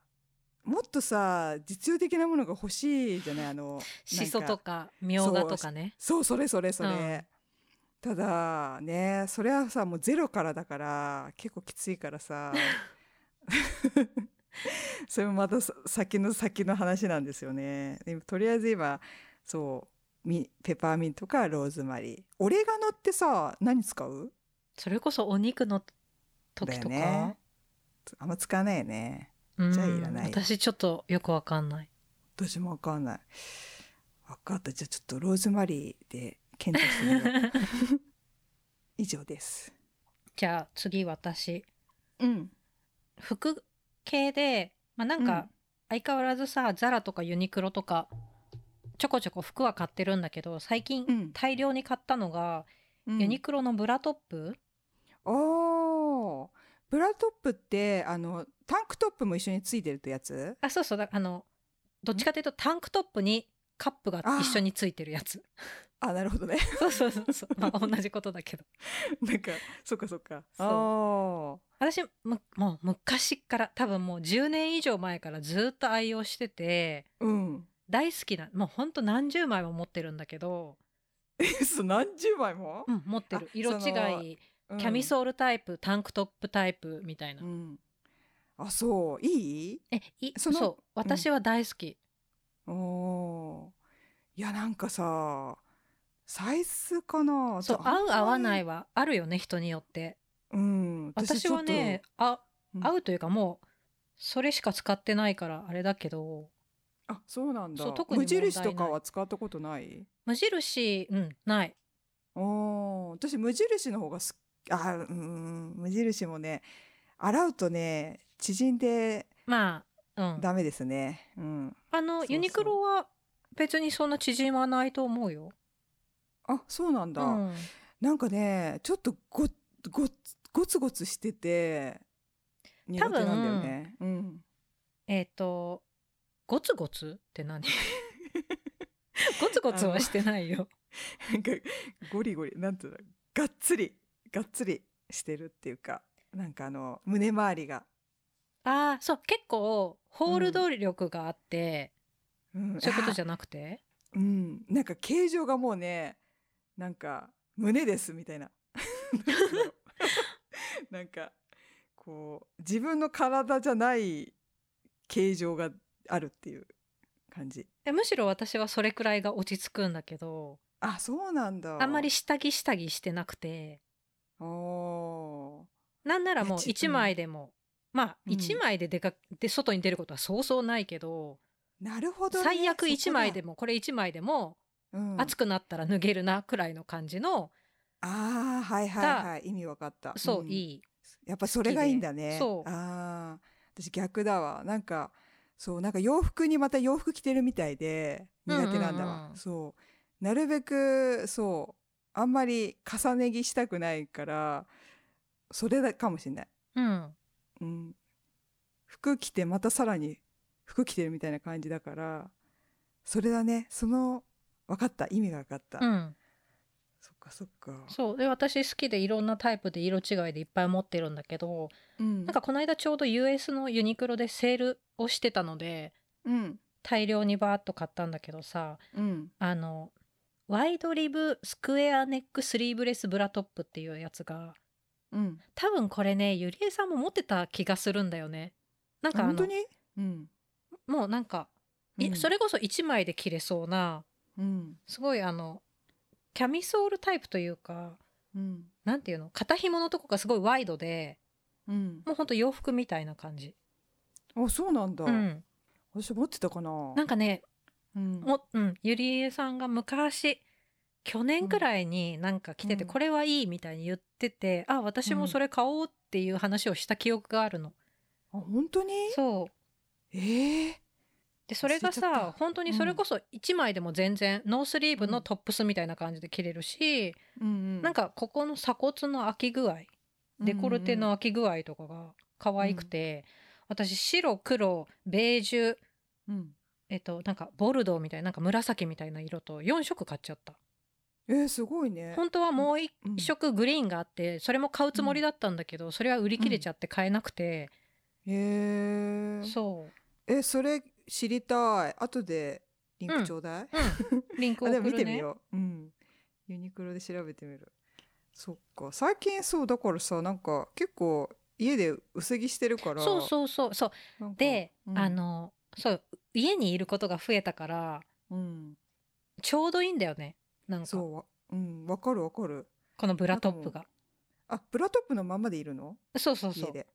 [SPEAKER 1] もっとさ実用的なものが欲しいじゃないあの
[SPEAKER 2] シソ
[SPEAKER 1] なんか
[SPEAKER 2] とかみょうがとかね
[SPEAKER 1] そうそれそれそれ、
[SPEAKER 2] うん
[SPEAKER 1] ただねそれはさもうゼロからだから結構きついからさ それもまたさ先の先の話なんですよねでもとりあえず今そうみペパーミントかローズマリーオレガノってさ何使う
[SPEAKER 2] それこそお肉の時とか、
[SPEAKER 1] だよねあんま使わないよね
[SPEAKER 2] うん
[SPEAKER 1] じゃあいらない
[SPEAKER 2] 私ちょっとよくわか んない
[SPEAKER 1] 私もわかんない分かったじゃあちょっとローズマリーで検討してみよ う以上です
[SPEAKER 2] じゃあ次私
[SPEAKER 1] うん
[SPEAKER 2] 服系で、まあ、なんか、
[SPEAKER 1] うん
[SPEAKER 2] 相変わらずさザラとかユニクロとかちょこちょこ服は買ってるんだけど最近
[SPEAKER 1] うん
[SPEAKER 2] 大量に買ったのが、
[SPEAKER 1] うん
[SPEAKER 2] ユニクロのブラトップ
[SPEAKER 1] おーブラトップってあのタンクトップも一緒についてるってやつ
[SPEAKER 2] あそうそうだあのどっちかというとタンクトップにカップが一緒についてるやつ
[SPEAKER 1] あなるほどね
[SPEAKER 2] そうそうそうそう、まあ、同じことだけど
[SPEAKER 1] なんかそっかそっか
[SPEAKER 2] そう
[SPEAKER 1] あ
[SPEAKER 2] 私むもう昔から多分もう10年以上前からずっと愛用してて
[SPEAKER 1] ーうん
[SPEAKER 2] 大好きなもうほんと何十枚も持ってるんだけど、
[SPEAKER 1] えそう何十枚も、
[SPEAKER 2] うん、持ってる
[SPEAKER 1] あ
[SPEAKER 2] 色
[SPEAKER 1] その
[SPEAKER 2] 違いキャミ
[SPEAKER 1] ー
[SPEAKER 2] ソールタイプタンクトップタイプみたいな、
[SPEAKER 1] ル、うん、あそういい
[SPEAKER 2] えい
[SPEAKER 1] そ
[SPEAKER 2] そ
[SPEAKER 1] の
[SPEAKER 2] う私は大好き、
[SPEAKER 1] おーいやなんかさサイズかな
[SPEAKER 2] そう合う合わない
[SPEAKER 1] い、
[SPEAKER 2] はあるよね人によって
[SPEAKER 1] うん、
[SPEAKER 2] 私はね
[SPEAKER 1] ち
[SPEAKER 2] あ
[SPEAKER 1] うん
[SPEAKER 2] 合うというかもうそれしか使ってないからあれだけど
[SPEAKER 1] ょっとあそうなんだ
[SPEAKER 2] そう特に
[SPEAKER 1] 無
[SPEAKER 2] 問題ない
[SPEAKER 1] 印とかは使ったことない
[SPEAKER 2] 無印うんない
[SPEAKER 1] おー私無印の方が好きあーうーん無印もね洗うとね縮んで
[SPEAKER 2] まあうん
[SPEAKER 1] ダメですねうん
[SPEAKER 2] あ
[SPEAKER 1] そ
[SPEAKER 2] の
[SPEAKER 1] うそう
[SPEAKER 2] ユニクロは別にそんな縮まないと思うよ、
[SPEAKER 1] あそうなん
[SPEAKER 2] う
[SPEAKER 1] だ、
[SPEAKER 2] ん、
[SPEAKER 1] なんかねちょっとごごごつごつしてて苦手なんだよねうん
[SPEAKER 2] えっ、とゴツゴツって 何ゴツゴツはしてないよ
[SPEAKER 1] なんかゴリゴリなんていうんだろうがっつりがっつりしてるっていうかなんかあの胸周りが、
[SPEAKER 2] ああそう結構ホールド力があって、
[SPEAKER 1] うん、
[SPEAKER 2] そういうことじ
[SPEAKER 1] ゃ
[SPEAKER 2] ゃなくて
[SPEAKER 1] うんなんか形状がもうねなんか胸ですみ たいななんかこう自分の体じゃない形状があるっていう感じ
[SPEAKER 2] えむしろ私はそれくらいが落ち着くんだけど
[SPEAKER 1] あそうなんだ
[SPEAKER 2] あんまり下着下着してなくて
[SPEAKER 1] おー
[SPEAKER 2] なんならもう
[SPEAKER 1] えち
[SPEAKER 2] 1枚でも、まあ
[SPEAKER 1] うん
[SPEAKER 2] 1枚で出かで外に出ることはそうそうないけど、
[SPEAKER 1] なるほど、ね、
[SPEAKER 2] 最悪1枚で
[SPEAKER 1] も、
[SPEAKER 2] もこれ1枚でも
[SPEAKER 1] うん、あ
[SPEAKER 2] 暑くなったら脱げるなくらいの感じの、
[SPEAKER 1] あーはいはいはい意味わかった
[SPEAKER 2] そう、
[SPEAKER 1] ん
[SPEAKER 2] いい
[SPEAKER 1] やっぱそれがいいんだね。
[SPEAKER 2] そう
[SPEAKER 1] ああ、私逆だわ。なんか、そう、なんか洋服にまた洋服着てるみたいで苦手なんだわ。
[SPEAKER 2] うんうんうん
[SPEAKER 1] そう。なるべく、そう、あんまり重ね着したくないから、それだかもしれない。
[SPEAKER 2] うん
[SPEAKER 1] うん。服着てまたさらに服着てるみたいな感じだから、それだね。その、分かった。意味が分かった。
[SPEAKER 2] うん
[SPEAKER 1] そっかそっか。
[SPEAKER 2] そうで私好きでいろんなタイプで色違いでいっぱい持ってるんだけど、
[SPEAKER 1] うん。
[SPEAKER 2] なんかこの間ちょうど US のユニクロでセールをしてたので
[SPEAKER 1] うん。
[SPEAKER 2] 大量にバーッと買ったんだけどさ
[SPEAKER 1] うん。
[SPEAKER 2] あのワイドリブスクエアネックスリーブレスブラトップっていうやつが
[SPEAKER 1] うん。
[SPEAKER 2] 多分これねゆりえさんも持ってた気がするんだよねなんかあ
[SPEAKER 1] 本当
[SPEAKER 2] の
[SPEAKER 1] にうん。
[SPEAKER 2] もうなんか、い
[SPEAKER 1] うん
[SPEAKER 2] それこそ1枚で着れそうな
[SPEAKER 1] うん。
[SPEAKER 2] すごいあのキャミソールタイプというか
[SPEAKER 1] うん。
[SPEAKER 2] なんていうの肩紐のとこがすごいワイドで
[SPEAKER 1] うん。
[SPEAKER 2] もうほんと洋服みたいな感じ、
[SPEAKER 1] あ、そうなんだ。
[SPEAKER 2] うん、
[SPEAKER 1] 私持ってたかな。
[SPEAKER 2] なんかね
[SPEAKER 1] うん。
[SPEAKER 2] もうん、ゆりえさんが昔去年くらいになんか着てて、
[SPEAKER 1] うん
[SPEAKER 2] これはいいみたいに言ってて、あ私もそれ買おうっていう話をした記憶があるの、
[SPEAKER 1] あ、本当に。
[SPEAKER 2] そう
[SPEAKER 1] ええ
[SPEAKER 2] でそれが
[SPEAKER 1] 忘れちゃった
[SPEAKER 2] さ本当にそれこそ1枚でも全然、ノースリーブのトップスみたいな感じで着れるし、
[SPEAKER 1] うんうん。
[SPEAKER 2] なんかここの鎖骨の開き具合デコルテの開き具合とかが可愛くて、私白黒ベージュ
[SPEAKER 1] うん。うん。
[SPEAKER 2] えっとなんかボルドーみたいななんか紫みたいな色と4色買っちゃった
[SPEAKER 1] えー、すごいね。
[SPEAKER 2] 本当はもう一
[SPEAKER 1] うん
[SPEAKER 2] 色グリーンがあってそれも買うつもりだったんだけど、それは売り切れちゃって買えなくて、
[SPEAKER 1] ええ。
[SPEAKER 2] そ
[SPEAKER 1] え、それ知りたい。後でリンクちょうだい。
[SPEAKER 2] う、うん、リン ク
[SPEAKER 1] あ、
[SPEAKER 2] 送
[SPEAKER 1] で
[SPEAKER 2] る
[SPEAKER 1] も見てみ
[SPEAKER 2] ね
[SPEAKER 1] よう。うん。ユニクロで調べてみる。そっか。最近そうだからさ、なんか結構家で薄着してるから。
[SPEAKER 2] そうそうそうそう
[SPEAKER 1] なんか
[SPEAKER 2] で、
[SPEAKER 1] うん
[SPEAKER 2] あのそう家にいることが増えたから
[SPEAKER 1] うん。
[SPEAKER 2] ちょうどいいんだよねなんか
[SPEAKER 1] そう。うん。わかるわかる。
[SPEAKER 2] このブラトップが
[SPEAKER 1] あ、ブラトップのまんまでいるの？
[SPEAKER 2] そうそうそ
[SPEAKER 1] 家
[SPEAKER 2] う
[SPEAKER 1] で。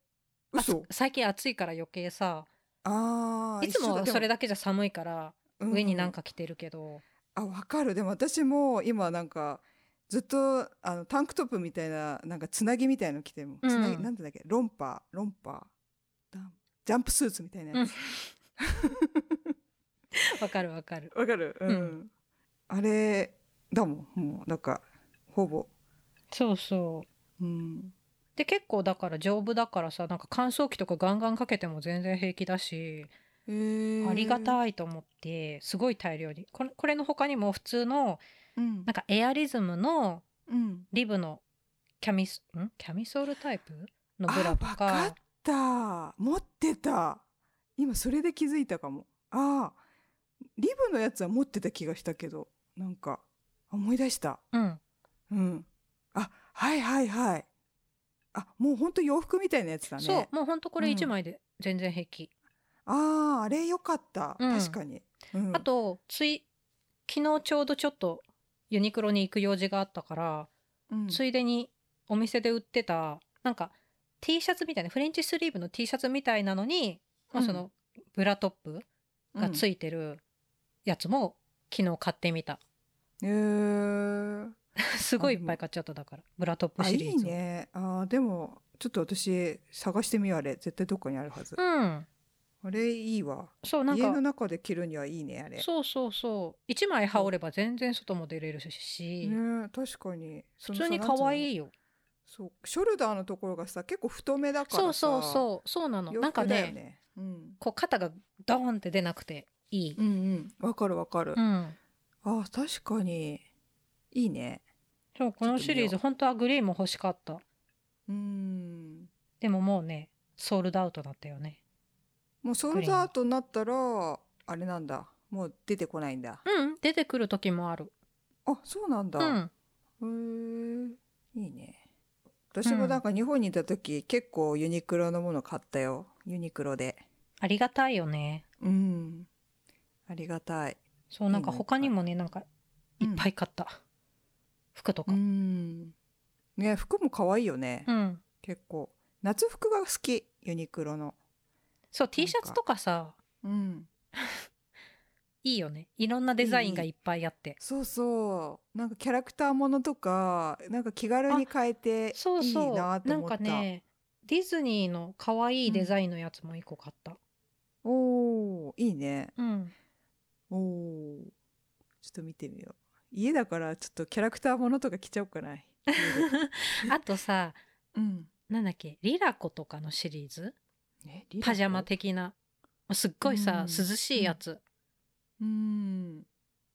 [SPEAKER 1] 嘘
[SPEAKER 2] あ。最近暑いから余計さ
[SPEAKER 1] ああ。
[SPEAKER 2] いつもはそれ
[SPEAKER 1] だ
[SPEAKER 2] だけじゃ寒いから
[SPEAKER 1] でも
[SPEAKER 2] 上になん
[SPEAKER 1] う
[SPEAKER 2] か着てるけど、
[SPEAKER 1] あ、わかる。でも私も今なんかずっとあのタンクトップみたいななんかつなぎみたいの着ても、
[SPEAKER 2] うん
[SPEAKER 1] つなぎなんてだっけ、ロンパー、ロンパー、ダンジャンプスーツみたいな
[SPEAKER 2] う
[SPEAKER 1] や
[SPEAKER 2] ん
[SPEAKER 1] つ。
[SPEAKER 2] わかるわかる
[SPEAKER 1] わ、かる。うん。
[SPEAKER 2] うん
[SPEAKER 1] あれだもん。もうなんかほぼ。
[SPEAKER 2] そうそう
[SPEAKER 1] うん。
[SPEAKER 2] で結構だから丈夫だからさなんか乾燥機とかガンガンかけても全然平気だし、
[SPEAKER 1] えー
[SPEAKER 2] ありが。たいと思ってすごい大量にこれこれの他にも普通の
[SPEAKER 1] うん
[SPEAKER 2] なん。かエアリズムの
[SPEAKER 1] うん。
[SPEAKER 2] リブのキャミスんキャミソールタイプのブラとか
[SPEAKER 1] あわかった持ってた今それで気づいたかもあーリブのやつは持ってた気がしたけどなんか思い出した
[SPEAKER 2] うん
[SPEAKER 1] うんあはいはいはいあもうほんと洋服みたいなやつだね
[SPEAKER 2] そうもうほんとこれ
[SPEAKER 1] うん
[SPEAKER 2] 1枚で全然平気、
[SPEAKER 1] あーあれよかった、
[SPEAKER 2] うん
[SPEAKER 1] 確かに、うん
[SPEAKER 2] あとつい昨日ちょうどちょっとユニクロに行く用事があったから、
[SPEAKER 1] うん
[SPEAKER 2] ついでにお店で売ってたなんか T シャツみたいなフレンチスリーブの T シャツみたいなのに、まあ、そのブラトップがついてるやつも昨日買ってみた
[SPEAKER 1] うんへー
[SPEAKER 2] すごいいっぱい買っちゃっただからブラトップ
[SPEAKER 1] あ
[SPEAKER 2] シ
[SPEAKER 1] い
[SPEAKER 2] リーズ
[SPEAKER 1] いねあーでもちょっと私探してみようあれ絶対どっかにあるはず、
[SPEAKER 2] うん
[SPEAKER 1] あれいいわ
[SPEAKER 2] そうなん
[SPEAKER 1] 家の
[SPEAKER 2] か
[SPEAKER 1] 中で着るにはいいねあれ
[SPEAKER 2] そうそうそう一枚羽織れば全然外も出れるし、
[SPEAKER 1] ねえ確かに
[SPEAKER 2] 普通に可愛
[SPEAKER 1] い
[SPEAKER 2] いよ
[SPEAKER 1] そうショルダーのところがさ結構太めだからさ
[SPEAKER 2] そうそうそうそうなの
[SPEAKER 1] 洋
[SPEAKER 2] なんか
[SPEAKER 1] 服だよ
[SPEAKER 2] ね
[SPEAKER 1] ねうん、
[SPEAKER 2] こう肩がドーンって出なくていい、
[SPEAKER 1] うんうんわかるわかる、
[SPEAKER 2] うん、
[SPEAKER 1] あ確かにいいね
[SPEAKER 2] そうこのシリーズ本当はグリーンも欲しかった
[SPEAKER 1] うん
[SPEAKER 2] でももうねソールドアウトだったよね
[SPEAKER 1] もうソールドアウトになったらあれなんだもう出てこないんだ
[SPEAKER 2] うん出てくる時もある
[SPEAKER 1] あそうなんだ、
[SPEAKER 2] う、ん
[SPEAKER 1] へえいいね私もなんか日本にいた時、結構ユニクロのもの買ったよユニクロで
[SPEAKER 2] ありがたいよね
[SPEAKER 1] うんありがたい
[SPEAKER 2] そうなんか
[SPEAKER 1] いいね
[SPEAKER 2] 他にもねなんかいっぱい買った、服とか
[SPEAKER 1] う、ん。ね、服も可愛いよね。
[SPEAKER 2] うん、
[SPEAKER 1] 結構。夏服が好き、ユニクロの。
[SPEAKER 2] そう T シャツとかさ
[SPEAKER 1] うん。
[SPEAKER 2] いいよねいろんなデザインがいっぱいあって
[SPEAKER 1] そうそう。なんかキャラクターものとか、なんか気軽に買えていい
[SPEAKER 2] そうそう
[SPEAKER 1] なと
[SPEAKER 2] なん
[SPEAKER 1] 思った。
[SPEAKER 2] かねディズニーの可愛いデザインのやつも1個買った。
[SPEAKER 1] おーいいね
[SPEAKER 2] うん。
[SPEAKER 1] おーちょっと見てみよう家だからちょっとキャラクターものとか着ちゃおう かな家で
[SPEAKER 2] あとさ、
[SPEAKER 1] うん
[SPEAKER 2] なんだっけ、リラコとかのシリーズ
[SPEAKER 1] えリラ
[SPEAKER 2] パジャマ
[SPEAKER 1] コ
[SPEAKER 2] 的な。すっごいさ、
[SPEAKER 1] うん
[SPEAKER 2] 涼しいやつ。
[SPEAKER 1] うん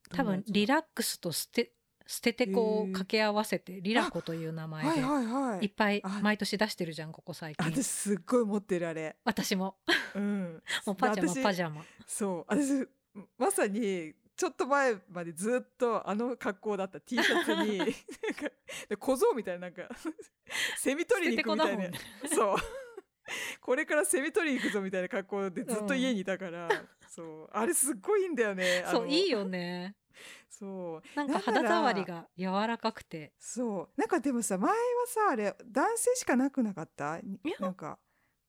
[SPEAKER 2] 多分、リラックスとステ、捨ててこを掛け合わせて、リラコという名前
[SPEAKER 1] はい
[SPEAKER 2] で、
[SPEAKER 1] はいはい
[SPEAKER 2] いっぱい
[SPEAKER 1] あ
[SPEAKER 2] 毎年出してるじゃん、ここ最
[SPEAKER 1] あ
[SPEAKER 2] 近
[SPEAKER 1] 私。すっごい持ってるあれ
[SPEAKER 2] 私も。
[SPEAKER 1] うん
[SPEAKER 2] もうパジャマ、
[SPEAKER 1] 私
[SPEAKER 2] パジャマ。
[SPEAKER 1] そう私まさにちょっと前までずっとあの格好だった T シャツ になんか小僧みたいななんかセミ取りに行くみたいな
[SPEAKER 2] 捨て て
[SPEAKER 1] そうこれからセミ取りに行くぞみたいな格好でずっと家にいた から、そうあれすっごいいいんだよねあの
[SPEAKER 2] そう、いいよね。
[SPEAKER 1] そう
[SPEAKER 2] なんか肌触りが柔らかくて。
[SPEAKER 1] そうなんかでもさ前はさあれ男性しかなくなかったに
[SPEAKER 2] いや
[SPEAKER 1] なんか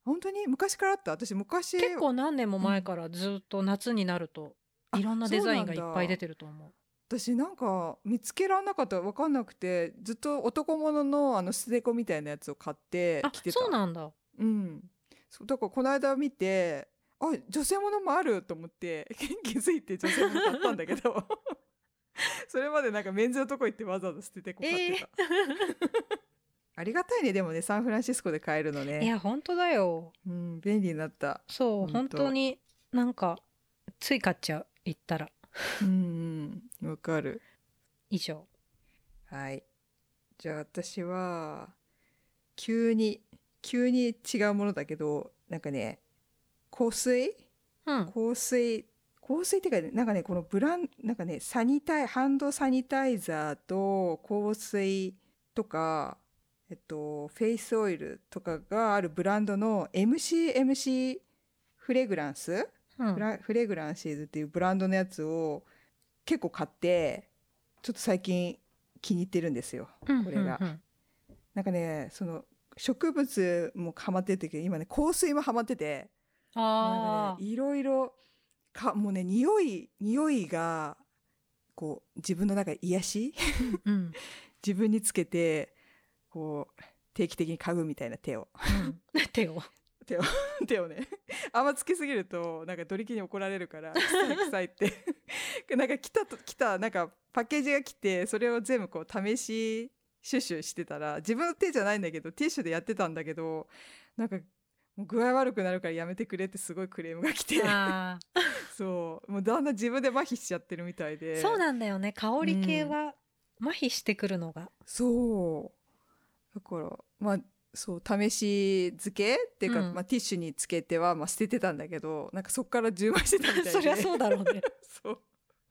[SPEAKER 1] 本当に昔からあった私昔
[SPEAKER 2] 結構何年も前からずっと夏になると、
[SPEAKER 1] あ
[SPEAKER 2] いろんなデザインがいっぱい出
[SPEAKER 1] て
[SPEAKER 2] てると思う。
[SPEAKER 1] 私なんか見つけられなかった分かんなくてずっと男物のあのステコみたいなやつを買って
[SPEAKER 2] あ
[SPEAKER 1] 着て、た
[SPEAKER 2] そうなんだ。
[SPEAKER 1] うんそうだからこの間見てあ女性物もあると思って 気づいて女性物買ったんだけど それまでなんかメンズのとこ行ってわざわざ捨ててこ買ってた、 ありがたいねでもねサンフランシスコで買えるの
[SPEAKER 2] い
[SPEAKER 1] ね、
[SPEAKER 2] や、本当だよ。
[SPEAKER 1] うん、便利になった
[SPEAKER 2] そう、
[SPEAKER 1] 本
[SPEAKER 2] 本
[SPEAKER 1] 当
[SPEAKER 2] 当になんか、つい買っちゃう、行ったら。
[SPEAKER 1] うんうんわかる
[SPEAKER 2] 以上。
[SPEAKER 1] はい。じゃあ私は、急に、急に違うものだけど、なんかね、香水
[SPEAKER 2] うん。
[SPEAKER 1] 香水、香水っていうかね、なんかね、このブラン、なんかね、サニタイ、ハンドサニタイザーと香水とか、えっと、フェイスオイルとかがあるブランドの MCMC フレグランス
[SPEAKER 2] うん
[SPEAKER 1] フラフレグランシーズっていうブランドのやつを結構買ってちょっと最近気に入ってるんですよこれが
[SPEAKER 2] うんうん
[SPEAKER 1] なんかねその植物もハマってるけど今ね香水もハマってて
[SPEAKER 2] うん
[SPEAKER 1] なん
[SPEAKER 2] あ
[SPEAKER 1] かねいろいろかもうね匂い匂いがこう自分の中で癒し
[SPEAKER 2] あ、うんうん
[SPEAKER 1] 自分につけてこう定期的に嗅ぐみたいな手を
[SPEAKER 2] 手を。
[SPEAKER 1] 手をね あんまつけすぎるとなんかドリキンに怒られる から臭い臭いって なんか来たと来たなんかパッケージが来てそれを全部こう試しシュッシュしてたら自分の手じゃないんだけどティッシュでやってたんだけどなんかもう具合悪くなるからやめてくれってすごいクレームが来て
[SPEAKER 2] ああ、
[SPEAKER 1] そうもうだんだん自分で麻痺しちゃってるみたいで
[SPEAKER 2] そうなんだよね。香り系は麻痺してくるのが。
[SPEAKER 1] そうだからまあそう試し漬けっていうか、
[SPEAKER 2] うん
[SPEAKER 1] まあ、ティッシュにつけては、まあ、捨ててたんだけどなんかそっから充満してたみたいで
[SPEAKER 2] そりゃそうだろうね。
[SPEAKER 1] そう。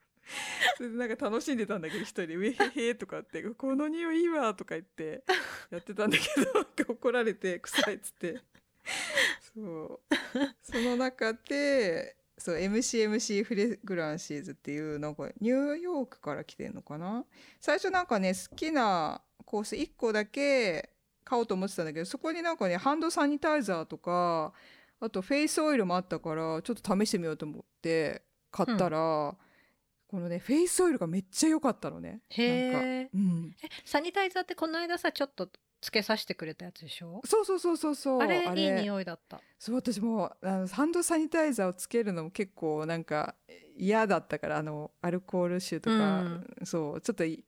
[SPEAKER 1] それでなんか楽しんでたんだけど一人で「ウェヘヘ」とかって 「この匂いいいわ」とか言ってやってたんだけど なんか怒られて「臭い」っつってそうその中でそう MCMC フレグランシーズっていうなんかニューヨークから来てんのかな最初なんかね好きなコース1個だけ買おうと思ってたんだけどそこになんかねハンドサニタイザーとかあとフェイスオイルもあったからちょっと試してみようと思って買ったら、このねフェイスオイルがめっちゃ良かったのねなんか、
[SPEAKER 2] へえ。
[SPEAKER 1] うん、
[SPEAKER 2] えサニタイザーってこの間さ、ちょっとつけさせてくれたやつでしょ
[SPEAKER 1] そうそうそうそうそう
[SPEAKER 2] あれ、いい匂いだった。
[SPEAKER 1] そう私もあのハンドサニタイザーをつけるのも結構なんか嫌だったからあのアルコール臭とか、
[SPEAKER 2] うん
[SPEAKER 1] そうちょっとい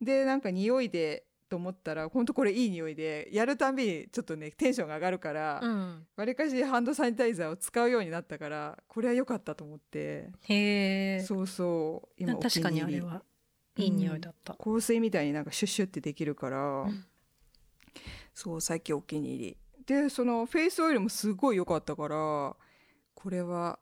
[SPEAKER 1] でなんか匂いでと思ったら本当これいい匂いでやるたんびにちょっとねテンションが上がるから
[SPEAKER 2] う、ん。
[SPEAKER 1] わりかしハンドサニタイザーを使うようになったからこれは良かったと思って、
[SPEAKER 2] へえ。
[SPEAKER 1] そうそう
[SPEAKER 2] な
[SPEAKER 1] 今お気
[SPEAKER 2] 確
[SPEAKER 1] に
[SPEAKER 2] か
[SPEAKER 1] 入り
[SPEAKER 2] にあれはいい匂いだった。
[SPEAKER 1] 香水みたいになんかシュッシュってできるから、
[SPEAKER 2] ん
[SPEAKER 1] そう最近お気に入りでそのフェイスオイルもすごい良かったからこれは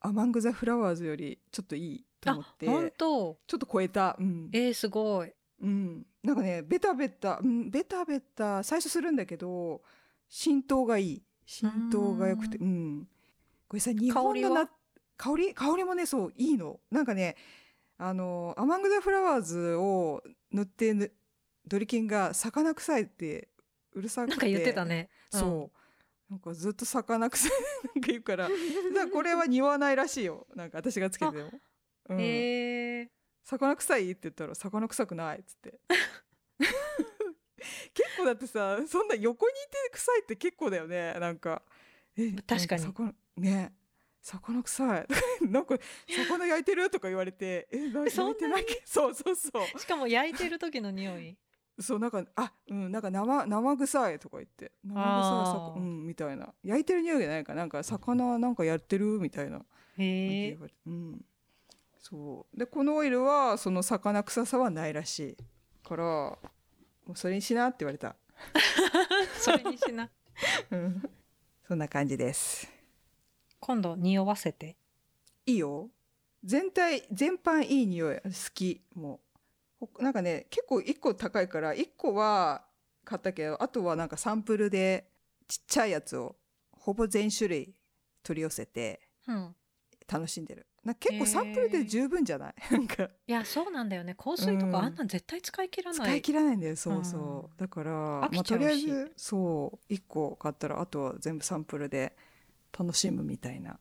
[SPEAKER 1] アマング・ザ・フラワーズよりちょっといいと
[SPEAKER 2] あ
[SPEAKER 1] 思っ、て
[SPEAKER 2] 本当。
[SPEAKER 1] ちょっと超えたうん、
[SPEAKER 2] えー、すごい。
[SPEAKER 1] うん、なんかねベタベタ、うん、ベタベタ最初するんだけど浸透がいい浸透が良くて
[SPEAKER 2] う
[SPEAKER 1] うん、これさ日本のな香り香りもねそういいのなんかねあのアマング・ザ・フラワーズを塗ってぬドリキンが魚臭いってうるさくて
[SPEAKER 2] なんか言ってたね。
[SPEAKER 1] そうなんかずっと魚臭いなんか言う からだからこれは匂わないらしいよなんか私がつけても、う
[SPEAKER 2] うんん。へえ。
[SPEAKER 1] 魚臭いって言ったら魚臭くないっつって 結構だってさそんな横にいて臭いって結構だよねなんかえ
[SPEAKER 2] 確かに
[SPEAKER 1] なんそこね魚臭い なんか魚焼いてるとか言われてえな
[SPEAKER 2] そ
[SPEAKER 1] 焼い
[SPEAKER 2] んな
[SPEAKER 1] てない けどそうそうそう
[SPEAKER 2] しかも焼いてる時の匂い
[SPEAKER 1] そうなんかあうんなんか生生臭いとか言って生臭い
[SPEAKER 2] あ
[SPEAKER 1] 魚
[SPEAKER 2] ー
[SPEAKER 1] うんみたいな焼いてる匂いじゃないかなんか魚なんかやってるみたいな
[SPEAKER 2] へえ
[SPEAKER 1] 言われてうんそうでこのオイルはその魚臭さはないらしいからもうそれにしなって言われた、
[SPEAKER 2] それにしな
[SPEAKER 1] うんそんな感じです
[SPEAKER 2] 今度匂わせて
[SPEAKER 1] いいよ全体全般いい匂い好きもうほなんかね結構1個高いから1個は買ったけどあとはなんかサンプルでちっちゃいやつをほぼ全種類取り寄せて
[SPEAKER 2] うん
[SPEAKER 1] 楽しんでるなんか結構サンプルで十分じゃない、 なんか
[SPEAKER 2] いやそうなんだよね香水と
[SPEAKER 1] うん
[SPEAKER 2] かあんなん絶対使い切らない、
[SPEAKER 1] 使い切らないんだよそうそう、だから、ま
[SPEAKER 2] 飽き
[SPEAKER 1] あ、
[SPEAKER 2] ちゃ
[SPEAKER 1] と
[SPEAKER 2] うし
[SPEAKER 1] りあえずそう1個買ったらあとは全部サンプルで楽しむみたいな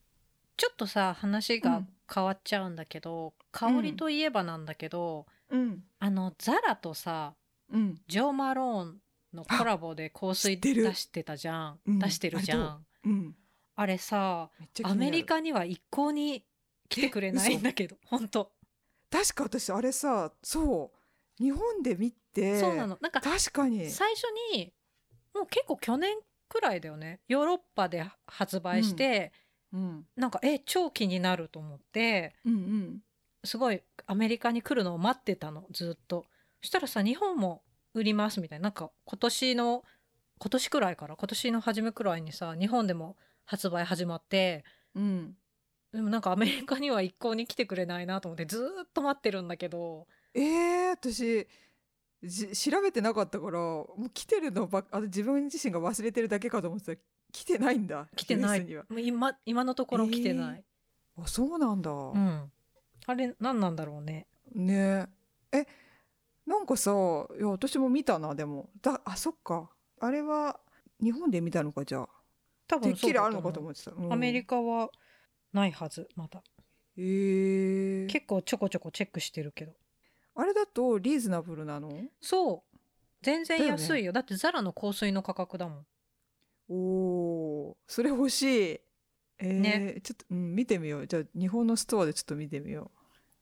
[SPEAKER 2] ちょっとさ話
[SPEAKER 1] う
[SPEAKER 2] が
[SPEAKER 1] ん
[SPEAKER 2] 変わっちゃうんだけど、
[SPEAKER 1] ん
[SPEAKER 2] 香りといえばなんだけど、
[SPEAKER 1] うん
[SPEAKER 2] あのザラとさ
[SPEAKER 1] うん
[SPEAKER 2] ジョー・マローンのコラボで香
[SPEAKER 1] 知
[SPEAKER 2] 水
[SPEAKER 1] ってる
[SPEAKER 2] 出してたじゃん、
[SPEAKER 1] うん
[SPEAKER 2] 出してるじゃん、
[SPEAKER 1] あうん
[SPEAKER 2] あれさ
[SPEAKER 1] めっちゃ気
[SPEAKER 2] ア
[SPEAKER 1] になる
[SPEAKER 2] メリカには一向に来てくれないんだけど本当、
[SPEAKER 1] 確か私あれさそう日本で見て
[SPEAKER 2] そうなのなんか
[SPEAKER 1] 確かに
[SPEAKER 2] 最初にもう結構去年くらいだよねヨーロッパで発売して、
[SPEAKER 1] うん
[SPEAKER 2] なんかえ超気になると思って
[SPEAKER 1] うんうん
[SPEAKER 2] すごいアメリカに来るのを待ってたのずっとそしたらさ日本も売りますみたいななんか今年の今年くらいから今年の初めくらいにさ日本でも発売始まって
[SPEAKER 1] うん
[SPEAKER 2] でもなんかアメリカには一向に来てくれないなと思ってずーっと待ってるんだけど
[SPEAKER 1] えー、私じ調べてなかったからもう来てるのばっあ自分自身が忘れてるだけかと思ってた来てないんだ
[SPEAKER 2] 来てない
[SPEAKER 1] US には
[SPEAKER 2] もう今今のところ来てない、
[SPEAKER 1] あそうなんだ、
[SPEAKER 2] うん、あれ何なんだろうね
[SPEAKER 1] ねえなんかさいや私も見たなでもだあそっかあれは日本で見たのかじゃあ
[SPEAKER 2] 多
[SPEAKER 1] てっ
[SPEAKER 2] 分そ
[SPEAKER 1] き
[SPEAKER 2] う
[SPEAKER 1] り
[SPEAKER 2] だ
[SPEAKER 1] ある
[SPEAKER 2] と思
[SPEAKER 1] の
[SPEAKER 2] う
[SPEAKER 1] かと思ってた、
[SPEAKER 2] アメリ
[SPEAKER 1] カ
[SPEAKER 2] カはないはずまだ
[SPEAKER 1] えー、
[SPEAKER 2] 結構ちょこちょこチェックしてるけど
[SPEAKER 1] あれだとリーズナブルなの
[SPEAKER 2] そう全然
[SPEAKER 1] だよね
[SPEAKER 2] 安いよだってザラの香水の価格だもん
[SPEAKER 1] おーそれ欲しいえー
[SPEAKER 2] ね
[SPEAKER 1] ちょっと、うん、見てみようじゃあ日本のストアでちょっと見てみよ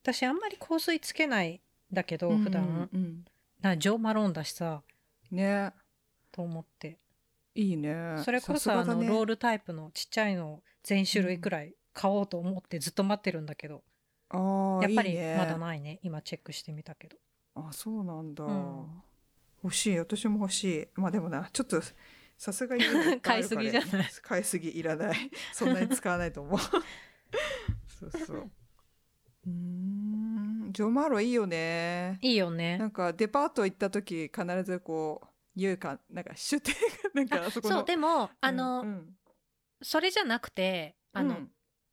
[SPEAKER 2] 私あんまり香水つけないんだけ
[SPEAKER 1] う
[SPEAKER 2] ど普段、
[SPEAKER 1] うんうん
[SPEAKER 2] なジョー・マローンだしさ
[SPEAKER 1] うんね
[SPEAKER 2] と思って
[SPEAKER 1] いいね
[SPEAKER 2] それこそ
[SPEAKER 1] さ
[SPEAKER 2] あ
[SPEAKER 1] すが
[SPEAKER 2] の、
[SPEAKER 1] だね
[SPEAKER 2] ロールタイプのちっちゃいのを全種類くらい買おうと思ってずっと待ってるんだけど、
[SPEAKER 1] あー
[SPEAKER 2] やっぱ
[SPEAKER 1] い
[SPEAKER 2] り
[SPEAKER 1] いね
[SPEAKER 2] まだないね今チェックしてみたけど
[SPEAKER 1] あそうなんだ、
[SPEAKER 2] うん
[SPEAKER 1] 欲しい私も欲しいまあでもなちょっとさすが に
[SPEAKER 2] 買いすぎじゃない
[SPEAKER 1] 買いすぎいら ないそんなに使わないと思う そうそううーんジョマーロいいよね
[SPEAKER 2] いいよね
[SPEAKER 1] なんかデパート行った時必ずこう匂いかなんかシュッてなんかあそこの
[SPEAKER 2] そうでもあの、
[SPEAKER 1] うんうん
[SPEAKER 2] それじゃなくてあの、
[SPEAKER 1] うん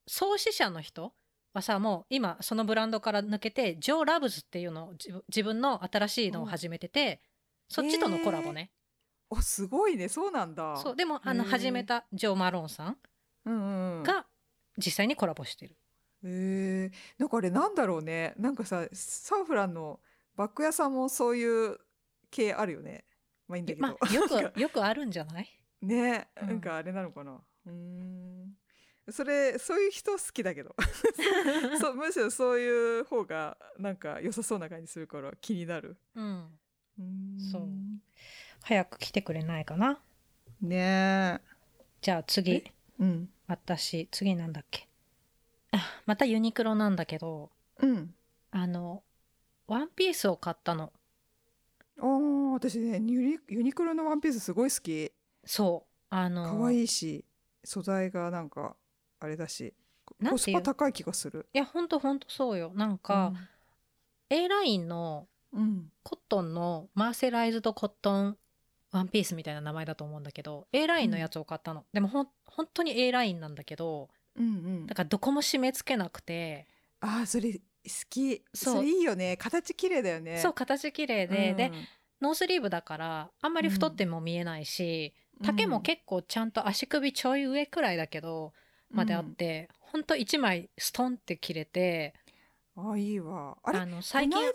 [SPEAKER 2] 創始者の人はさもう今そのブランドから抜けてジョー・ラブズっていうのを自分自分の新しいのを始めてて、そっちとのコラボね、
[SPEAKER 1] おすごいねそうなんだ
[SPEAKER 2] そうでもあの
[SPEAKER 1] へー
[SPEAKER 2] 始めたジョー・マローンさん
[SPEAKER 1] うんうん、
[SPEAKER 2] が実際にコラボしてる、
[SPEAKER 1] えー、なんかあれなんだろうねなんかさサンフランのバッグ屋さんもそういう系あるよねまあいいんだけど、
[SPEAKER 2] まあよ
[SPEAKER 1] なんか
[SPEAKER 2] く よくあるんじゃない
[SPEAKER 1] ね
[SPEAKER 2] うん
[SPEAKER 1] なんかあれなのかなうーんそれそういう人好きだけ どそうむしろそういう方がなんか良さそうな感じするから気になる
[SPEAKER 2] うん
[SPEAKER 1] うーん
[SPEAKER 2] そう早く来てくれないかな
[SPEAKER 1] ねえ
[SPEAKER 2] じゃあ次
[SPEAKER 1] えうん
[SPEAKER 2] 私次なんだっけあまたユニクロなんだけど
[SPEAKER 1] うん
[SPEAKER 2] あのワンピースを買ったの
[SPEAKER 1] あー私ねユニユニクロのワンピースすごい好き
[SPEAKER 2] そうあの
[SPEAKER 1] 可愛いし素材がなんかあれだし
[SPEAKER 2] なんていう
[SPEAKER 1] コスパ高い気がする
[SPEAKER 2] いやほんとほんとそうよなんか、A ラインの
[SPEAKER 1] うん
[SPEAKER 2] コットンのマーセライズドコットンワンピースみたいな名前だと思うんだけど A ラインのやつを買ったの、でもほん本当に A ラインなんだけど
[SPEAKER 1] うんうん
[SPEAKER 2] だからどこも締め付けなくて、
[SPEAKER 1] ああそれ好き
[SPEAKER 2] そう
[SPEAKER 1] それいいよね形綺麗だよね
[SPEAKER 2] そう形綺麗で、
[SPEAKER 1] うん
[SPEAKER 2] でノースリーブだからあんまり太っても見えないし、丈も結構ちゃんと足首ちょい上くらいだけどまであって、ほんと1枚ストンって切れて
[SPEAKER 1] うんあーいいわあれ
[SPEAKER 2] あの最近
[SPEAKER 1] この間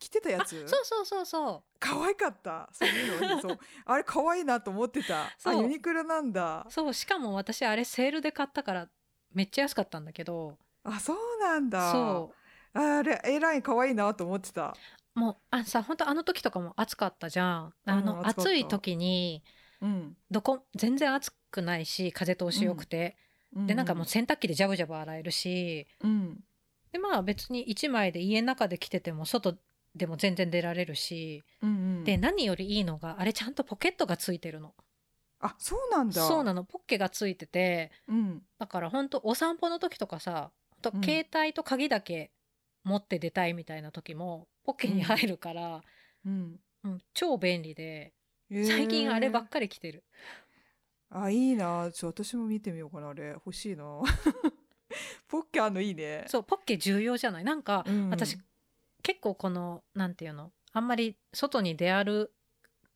[SPEAKER 1] 着てたや
[SPEAKER 2] あ
[SPEAKER 1] つ
[SPEAKER 2] そうそうそうそう
[SPEAKER 1] 可愛かったそういうのそうあれ可愛いなと思ってた
[SPEAKER 2] そ
[SPEAKER 1] あ
[SPEAKER 2] う
[SPEAKER 1] ユニクロなんだ
[SPEAKER 2] そうしかも私あれセールで買ったからめっちゃ安かったんだけど
[SPEAKER 1] あそうなんだ
[SPEAKER 2] そう
[SPEAKER 1] あれ A ライン可愛いなと思ってた、
[SPEAKER 2] うもうあさ本当あの時とかも暑かったじゃんあの、
[SPEAKER 1] うん暑かった
[SPEAKER 2] 暑い時に
[SPEAKER 1] うん、
[SPEAKER 2] どこ全然暑くないし風通しよくて、でなんかもう洗濯機でジャブジャブ洗えるし
[SPEAKER 1] うん
[SPEAKER 2] でまあ別に1枚で家の中で着てても外でも全然出られるし、
[SPEAKER 1] うんうん
[SPEAKER 2] で何よりいいのがあれちゃんとポケットがついてるの
[SPEAKER 1] あそうなんだ
[SPEAKER 2] そうなのポッケがついてて
[SPEAKER 1] うん
[SPEAKER 2] だから本当お散歩の時とかさほん
[SPEAKER 1] うん
[SPEAKER 2] と携帯と鍵だけ持って出たいみたいな時もポッケに入るから、
[SPEAKER 1] うん
[SPEAKER 2] うん超便利で
[SPEAKER 1] へー
[SPEAKER 2] 最近あればっかり着てる、
[SPEAKER 1] あいいなちょ私も見てみようかなあれ欲しいな ポッケあんのいいね
[SPEAKER 2] そうポッケ重要じゃないなんか、
[SPEAKER 1] うん
[SPEAKER 2] 私結構このなんていうのあんまり外に出歩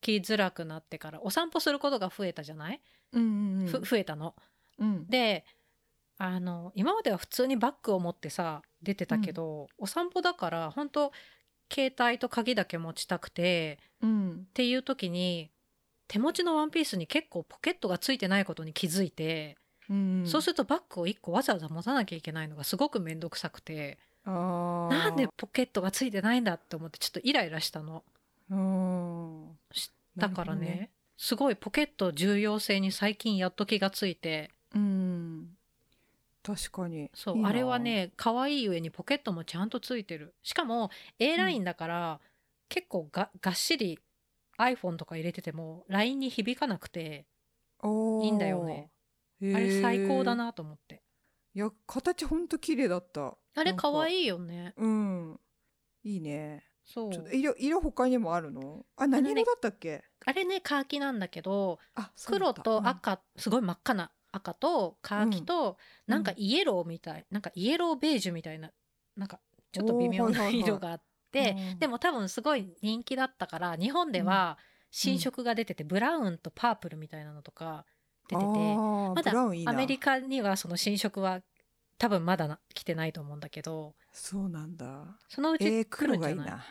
[SPEAKER 2] きづらくなってからお散歩することが増えたじゃない、
[SPEAKER 1] うんうんうん
[SPEAKER 2] ふ増えたの。
[SPEAKER 1] うん
[SPEAKER 2] であの今までは普通にバッグを持ってさ出てたけど、お散歩だから本当携帯と鍵だけ持ちたくて
[SPEAKER 1] うん
[SPEAKER 2] っていう時に手持ちのワンピースに結構ポケットがついてないことに気づいて、
[SPEAKER 1] うんうん
[SPEAKER 2] そうするとバッグを1個わざわざ持たなきゃいけないのがすごく面倒くさくて
[SPEAKER 1] あー
[SPEAKER 2] なんでポケットがついてないんだって思ってちょっとイライラしたの。
[SPEAKER 1] うん
[SPEAKER 2] しだか
[SPEAKER 1] なるほど
[SPEAKER 2] らね
[SPEAKER 1] ね
[SPEAKER 2] すごいポケット重要性に最近やっと気がついて
[SPEAKER 1] うん確かに
[SPEAKER 2] そう
[SPEAKER 1] いいな
[SPEAKER 2] あれはね可愛い上にポケットもちゃんとついてるしかも A ラインだから、結構ががっしり iPhone とか入れててもラインに響かなくて
[SPEAKER 1] おー
[SPEAKER 2] いいんだよね
[SPEAKER 1] へー
[SPEAKER 2] あれ最高だなと思って
[SPEAKER 1] いや形ほんと綺麗だった
[SPEAKER 2] あれ可
[SPEAKER 1] い
[SPEAKER 2] 愛いよね
[SPEAKER 1] うんいいね
[SPEAKER 2] そう
[SPEAKER 1] ちょっと色色他にもあるのあ何色だったっけ
[SPEAKER 2] あれねカーキなんだけど
[SPEAKER 1] あそうだ
[SPEAKER 2] 黒
[SPEAKER 1] った
[SPEAKER 2] と赤、すごい真っ赤な赤とカーキ
[SPEAKER 1] う
[SPEAKER 2] と、
[SPEAKER 1] ん
[SPEAKER 2] なんかイエローみたいなんかイエローベージュみたいななんかちょっと微妙
[SPEAKER 1] おーはい
[SPEAKER 2] な
[SPEAKER 1] はいはい
[SPEAKER 2] 色があって、
[SPEAKER 1] うん
[SPEAKER 2] でも多分すごい人気だったから日本では新色が出てて、ブラウンとパープルみたいなのとか出て
[SPEAKER 1] あ
[SPEAKER 2] て
[SPEAKER 1] ー
[SPEAKER 2] まだ
[SPEAKER 1] ブラウンいいな
[SPEAKER 2] アメリカにはその新色は多分まだな来てないと思うんだけど
[SPEAKER 1] そうなんだ
[SPEAKER 2] そのう
[SPEAKER 1] え
[SPEAKER 2] ち
[SPEAKER 1] ー、
[SPEAKER 2] 来る
[SPEAKER 1] 黒
[SPEAKER 2] んじ
[SPEAKER 1] がい
[SPEAKER 2] ゃ
[SPEAKER 1] い
[SPEAKER 2] ない、
[SPEAKER 1] な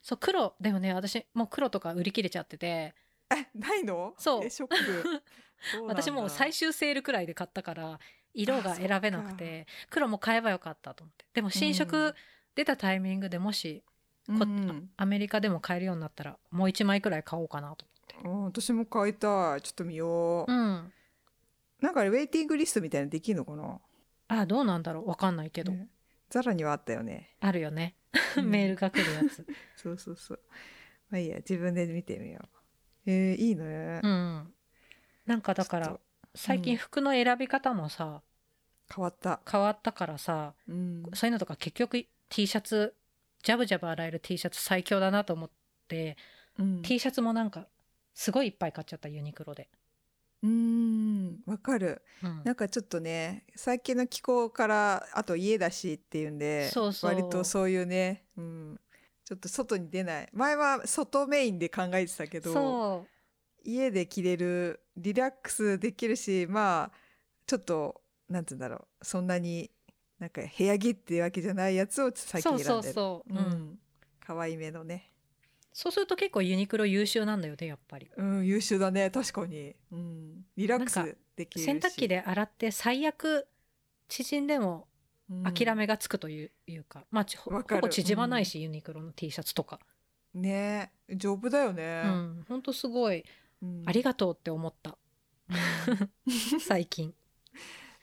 [SPEAKER 2] そう黒でもね私もう黒とか売り切れちゃってて
[SPEAKER 1] えないの
[SPEAKER 2] そう
[SPEAKER 1] えショッ クそうなんだ
[SPEAKER 2] 私もう最終セールくらいで買ったから色が選べなくて黒も買えばよかったと思ってでも新
[SPEAKER 1] う
[SPEAKER 2] 色
[SPEAKER 1] ん
[SPEAKER 2] 出たタイミングでもし
[SPEAKER 1] うん
[SPEAKER 2] こ
[SPEAKER 1] うん
[SPEAKER 2] アメリカでも買えるようになったらもう1枚くらい買おうかなと
[SPEAKER 1] うん私も買いたいちょっと見よう、
[SPEAKER 2] 思ってうん
[SPEAKER 1] なんかあれウェイティングリストみたいなのできるのかな
[SPEAKER 2] あどうなんだろうわかんないけど、
[SPEAKER 1] ねザラにはあったよね、
[SPEAKER 2] あるよね
[SPEAKER 1] うん
[SPEAKER 2] メールが来るや つ
[SPEAKER 1] そうそうそうまあいいや自分で見てみようえー、いいね、
[SPEAKER 2] うんなんかだか
[SPEAKER 1] ちょっ
[SPEAKER 2] ら
[SPEAKER 1] と
[SPEAKER 2] 最近服の選び方もさ
[SPEAKER 1] 変わった、
[SPEAKER 2] 変わったからさ
[SPEAKER 1] うん、
[SPEAKER 2] そういうのとか結局 T シャツジャブジャブ洗える T シャツ最強だなと思って、
[SPEAKER 1] うん、
[SPEAKER 2] T シャツもなんかすごいいっぱい買っちゃったユニクロで、
[SPEAKER 1] うーんわかる
[SPEAKER 2] うん
[SPEAKER 1] なんかちょっとね最近の気候からあと家だしっていうんで
[SPEAKER 2] そうそう
[SPEAKER 1] 割とそういうね、うん、ちょっと外に出ない前は外メインで考えてたけど
[SPEAKER 2] そ
[SPEAKER 1] 家で着れるリラックスできるしまあちょっとなんて言うんだろうそんなになんか部屋着っていうわけじゃないやつを
[SPEAKER 2] う
[SPEAKER 1] 最
[SPEAKER 2] そ
[SPEAKER 1] 近選ん
[SPEAKER 2] う
[SPEAKER 1] でる
[SPEAKER 2] そうそう、うん
[SPEAKER 1] うん、可愛いめのね、
[SPEAKER 2] そうすると結構ユニクロ優秀なんだよねやっぱり
[SPEAKER 1] うん、優秀だね確かに、うん、リラック
[SPEAKER 2] なん
[SPEAKER 1] スできるし
[SPEAKER 2] 洗濯機で洗って最悪縮んでも諦めがつくという,、いうかまあちほ
[SPEAKER 1] わかる
[SPEAKER 2] ほぼ縮まないし、ユニクロの T シャツとか、
[SPEAKER 1] ねえ丈夫だよね
[SPEAKER 2] う、ん、ほんとすごい、
[SPEAKER 1] うん
[SPEAKER 2] ありがとうって思った最近